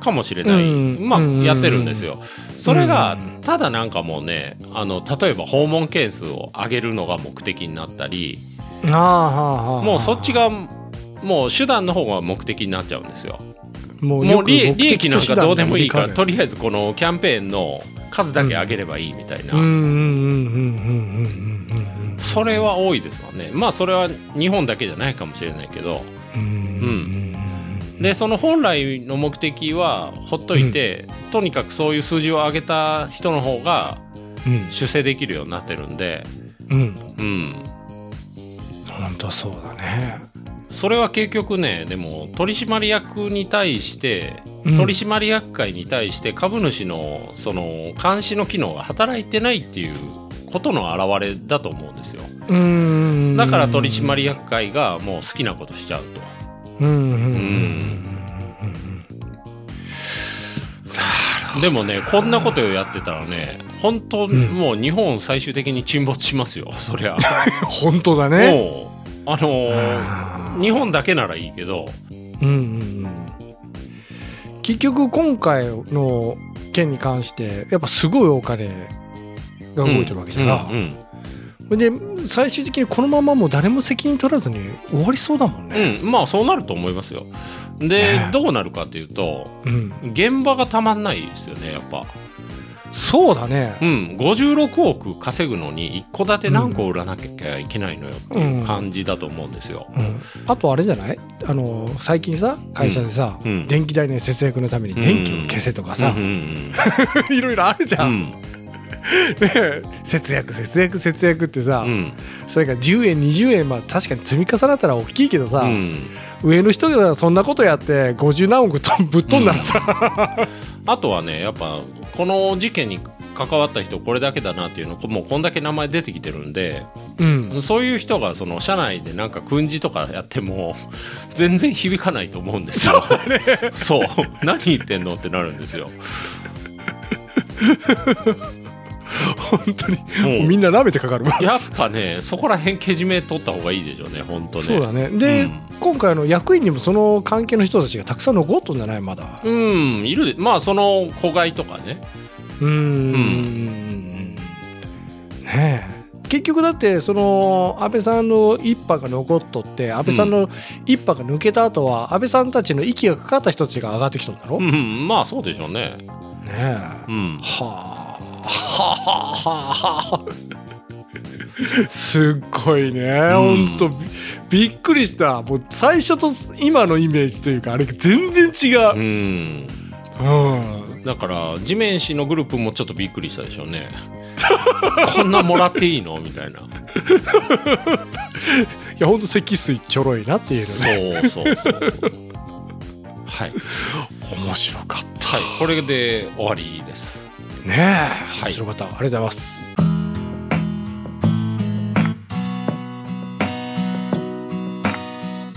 C: かもしれない、
B: うん
C: まあ
B: うん
C: やってるんですよそれが
B: うん
C: ただなんかもうねあの例えば訪問件数を上げるのが目的になったり
B: ああはあはあ
C: もうそっちがもう手段の方が目的になっちゃうんですよ
B: も
C: もう利
B: よく目的
C: 利益なんかどうでもいいから
B: 手
C: と
B: 段に
C: りあえずこのキャンペーンの数だけ上げればいいみたいな、
B: うんうんうんうんうんうんうんうんうん
C: それは多いですよねまあそれは日本だけじゃないかもしれないけど
B: うんうん
C: でその本来の目的はほっといて、とにかくそういう数字を上げた人の方が
B: うん
C: 出世できるようになってるんで
B: うん
C: うん
B: 本当そうだね
C: それは結局ねでも取締役に対して、
B: うん
C: 取締役会に対して株主のその監視の機能が働いてないっていうことの表れだと思うんですよ
B: うんうんうん
C: だから取締役会がもう好きなことしちゃうと
B: うんうんうんうんうん
C: でもねこんなことをやってたらね本当
B: ん
C: もう日本最終的に沈没しますよそりゃ
B: 本当だ [LAUGHS] ね
C: もうあのー日本だけならいいけど
B: うんうんうん結局今回の件に関してやっぱすごいお金が動いてるわけじゃな
C: うんうん
B: で最終的にこのままもう誰も責任取らずに終わりそうだもんね。
C: うんまあそうなると思いますよで、
B: ね
C: どうなるかっていうと
B: うん
C: 現場がたまんないですよねやっぱ
B: そうだね。
C: うん56億稼ぐのに一戸建て何個売らなきゃいけないのよっていう感じだと思うんですよ、
B: うん、あとあれじゃないあの最近さ会社でさ、
C: うんうん
B: 電気代の節約のために電気を消せとかさ
C: うん、う
B: [LAUGHS]
C: ん
B: いろいろあるじ
C: う
B: ゃん、ね
C: ん
B: え節約節約節約ってさ、
C: うん
B: それが10円20円まあ確かに積み重なったら大きいけどさ、
C: うん
B: 上の人がそんなことやって50何億とぶっ飛んだらさ、
C: あとはねやっぱこの事件に関わった人これだけだなっていうのもうこんだけ名前出てきてるんで
B: うん
C: そういう人がその社内でなんか訓示とかやっても [LAUGHS] 全然響かないと思うんですよ。 [LAUGHS] そう,、何言ってんのってなるんですよ。
B: 本当に
C: もう
B: みんな舐めてかかるわ、
C: やっぱねそこら辺けじめ取った方がいいでしょうね本当ね。
B: そうだねで、
C: うん
B: 今回あの役員にもその関係の人たちがたくさん残っとんじゃないまだ
C: うんいるでまあその子飼いとかね。
B: うーん
C: うん
B: ねえ結局だってその安倍さんの一派が残っとって安倍さんの一派が抜けた後は安倍さんたちの息がかかった人たちが上がってきとんだろ、
C: う
B: ね
C: んまあそうでしょうね。
B: え
C: うん
B: はあはあはあはあすっごいね、
C: うん
B: ほんとびびっくりしたもう最初と今のイメージというかあれ全然違
C: う
B: う、
C: ん
B: うん、
C: だから地面師のグループもちょっとびっくりしたでしょ
B: [LAUGHS]
C: うね。こんなもらっていいのみたい
B: い
C: な。
B: やほんと脊髄ちょろいなっていうのね
C: そうそうそうそう。はい。
B: 面白かった
C: はい、これで終わりです。
B: ねえ、
C: い
B: 面白かったありがとうございます
C: あ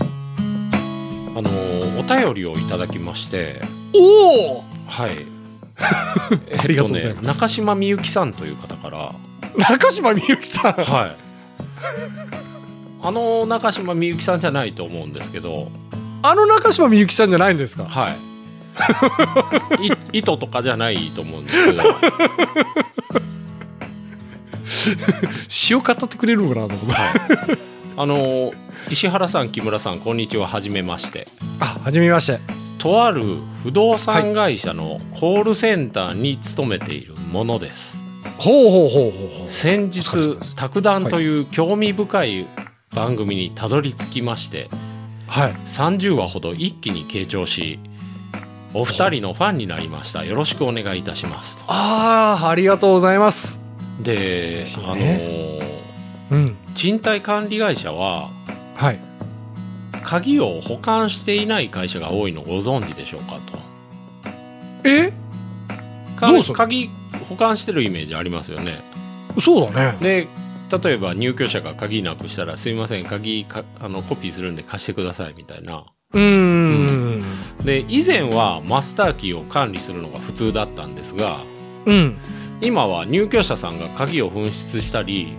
C: のーお便りをいただきまして、
B: おお
C: はい。
B: [LAUGHS] ありがとうございます
C: えっね中島みゆきさんという方から、
B: 中島みゆきさん
C: はい。あの中島みゆきさんじゃないと思うんですけど、
B: あの中島みゆきさんじゃないんですか
C: はい。
B: [LAUGHS]
C: い糸とかじゃないと思うんですけど、は
D: 詩を語ってくれるのかなと思って
C: い、あのー石原さん木村さんこんにちははじめまして
D: あはじめまして
C: とある不動産会社のコールセンターに勤めているものです、
D: ほうほうほうほうほう
C: 先
D: お疲れ様
C: 日
D: です
C: 卓談という興味深い番組にたどり着きまして、
D: はい
C: 30話ほど一気に傾聴しお二人のファンになりましたよろしくお願いいたしますと
D: ああありがとうございます
C: で、
D: 嬉しい
C: あ
D: ね
C: の
D: うん
C: ー賃貸管理会社は
D: はい
C: 鍵を保管していない会社が多いのご存知でしょうかと
D: え
C: か
D: どうする
C: 鍵保管してるイメージありますよね
D: そうだね
C: で例えば入居者が鍵なくしたら「すいません鍵かあのコピーするんで貸してください」みたいな
D: うーん
C: で以前はマスターキーを管理するのが普通だったんですが
D: うん
C: 今は入居者さんが鍵を紛失したり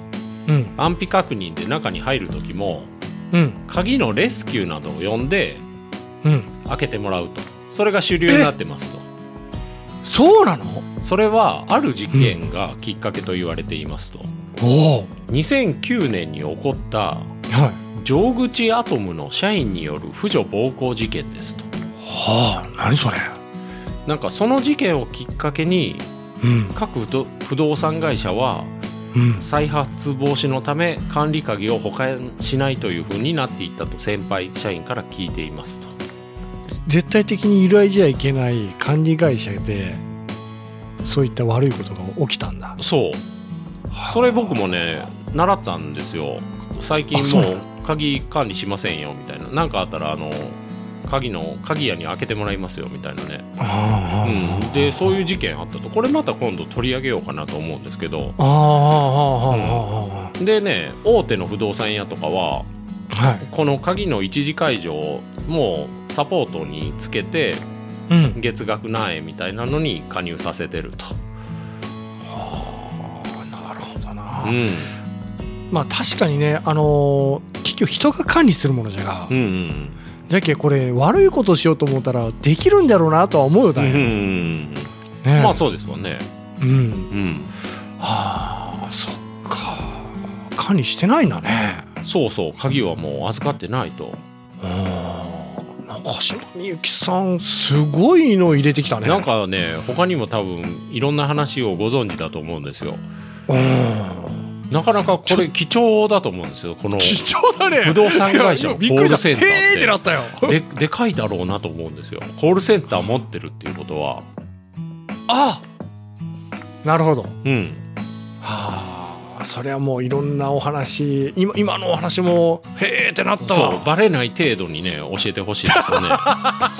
D: うん
C: 安否確認で中に入る時も
D: うん
C: 鍵のレスキューなどを呼んで
D: うん
C: 開けてもらうとそれが主流になってますと
D: そうなの
C: それはある事件がきっかけと言われていますと
D: おお
C: 2009年に起こった
D: はい
C: 城口アトムの社員による婦女暴行事件ですと
D: はあ何それ
C: なんかその事件をきっかけに
D: うん
C: 各不動不動産会社は
D: うん
C: 再発防止のため管理鍵を保管しないというふうになっていったと先輩社員から聞いていますと
B: 絶対的に揺らいじゃいけない管理会社でそういった悪いことが起きたんだ
C: そうそれ僕もね習ったんですよ最近
B: あそう
C: も
B: な
C: う鍵管理しませんよみたいな何かあったらあの鍵の鍵屋に開けてもらいますよみたいなね、
B: あ
C: うん、でそういう事件あったとこれまた今度取り上げようかなと思うんですけど
B: あああああ
C: でね大手の不動産屋とかは
B: あはい
C: この鍵の一時解除をもうサポートにつけて
B: うん
C: 月額何円みたいなのに加入させてると、
B: なるほどな、
C: うん、
B: まあ確かにねあのー結局人が管理するものじゃが、
C: うんうん
B: じゃけこれ悪いことしようと思ったらできるんだろうなとは思うよ
C: う
B: だ
C: んう
B: よ、
C: ん
B: ね
C: うんうんまあそうですわね
B: うん
C: うん
B: はあそっか管理してないんだね
C: そうそう鍵はもう預かってないと、
B: うん中島みゆきさんすごいの入れてきたね
C: なんかね他にも多分いろんな話をご存知だと思うんですよ
B: うん
C: なかなかこれ貴重だと思うんですよこの
B: 貴重だね
C: 不動産会社のコ
B: いや今びっくり
C: ール
B: した
C: セ
B: へ
C: ンタ
B: ーって
C: ー
B: な
C: っ
B: ったよ
C: てででかいだろうなと思うんですよコールセンター持ってるっていうことは
B: あなるほどは
C: うん
B: あそれはもういろんなお話今今のお話もへーってなった
C: そ
B: わ
C: うバレない程度にね教えてほしいです
B: [LAUGHS]
C: よね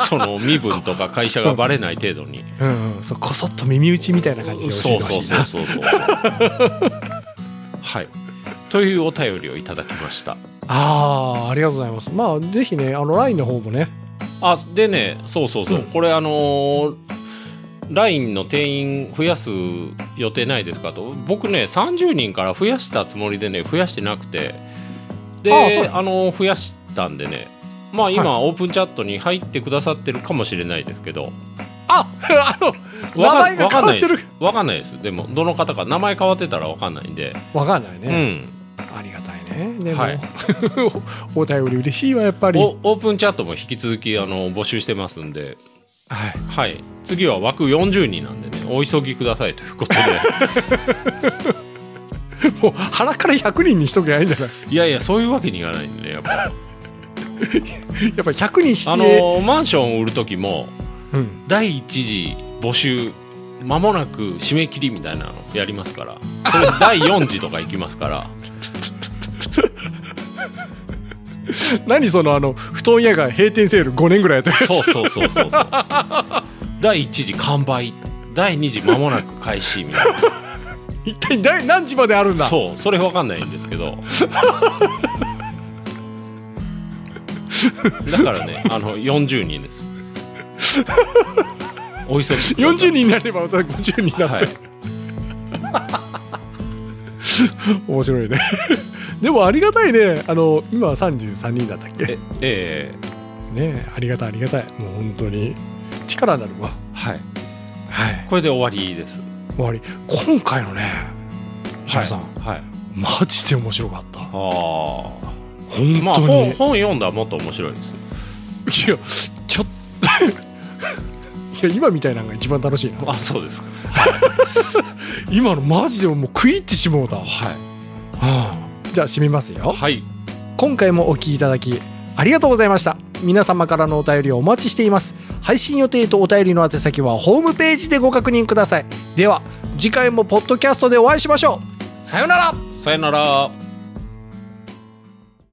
C: その身分とか会社がバレない程度に
B: う,、んうん、そうこそっと耳打ちみたいな感じで教えてほしいな
C: そうそうそうそうそう。はい。というお便りをいただきました。
B: ああありがとうございますまあぜひねあの LINE の方もね
C: あ、でね、そうそうそう。
B: うん
C: これあのー LINE の定員増やす予定ないですかと僕ね30人から増やしたつもりでね増やしてなくてで
B: あそう
C: あのー増やしたんでねまあ今、オープンチャットに入ってくださってるかもしれないですけど
B: ああの名
C: わか
B: 前が変わってる
C: わかんないですでもどの方か名前変わってたらわかんないんで、
B: わかんないね、
C: うん
B: ありがたいねでも、
C: はい
B: [LAUGHS] お便り嬉しいわやっぱり
C: おオープンチャットも引き続きあの募集してますんで、
B: はい
C: はい、次は枠40人なんでねお急ぎくださいということで
B: もう腹から100人にしとけばいいんじゃない [LAUGHS]
C: いやいやそういうわけにいかないんでねやっぱ
B: やっぱり100人して
C: あのマンションを売る時も
B: うん、
C: 第一次募集間もなく締め切りみたいなのやりますからそれ第4次とか行きま
B: [LAUGHS]
C: すから
B: 何そのあの布団屋が閉店セール5年ぐらいやってる [LAUGHS]
C: そうそうそうそうそう第1次完売第2次間もなく開始みたいな
B: 一体何何 [LAUGHS] 時まであるんだ
C: そうそれ分かんないんです
B: [LAUGHS]
C: けどだからねあの40人です
B: [LAUGHS]
C: お急ぎください
B: 40人になればまた50人になって、
C: はい、
B: 面白いね [LAUGHS] でもありがたいねあの今は33人だったっけ
C: ええ
B: ねえありがたいありがたいもう本当に力になるわ
C: はい。
B: はい
C: これで終わりです。
B: 終わり今回のね石原さん、
C: はい。
B: マジで面白かった
C: ああ。
B: 本
C: まあ
B: 当
C: 本
B: に、
C: 本読んだらもっと面白いですよ。
B: いやちょっと [LAUGHS] いや今みたいなのが一番楽しいな
C: あそうですか。
B: 今のマジでもう食い入ってしもうたわ、
C: は
B: うんじゃあ締めますよ
C: い。はい。
B: 今回もお聞きいただきありがとうございました皆様からのお便りをお待ちしています配信予定とお便りの宛先はホームページでご確認くださいでは次回もポッドキャストでお会いしましょうさようなら
C: さよなら。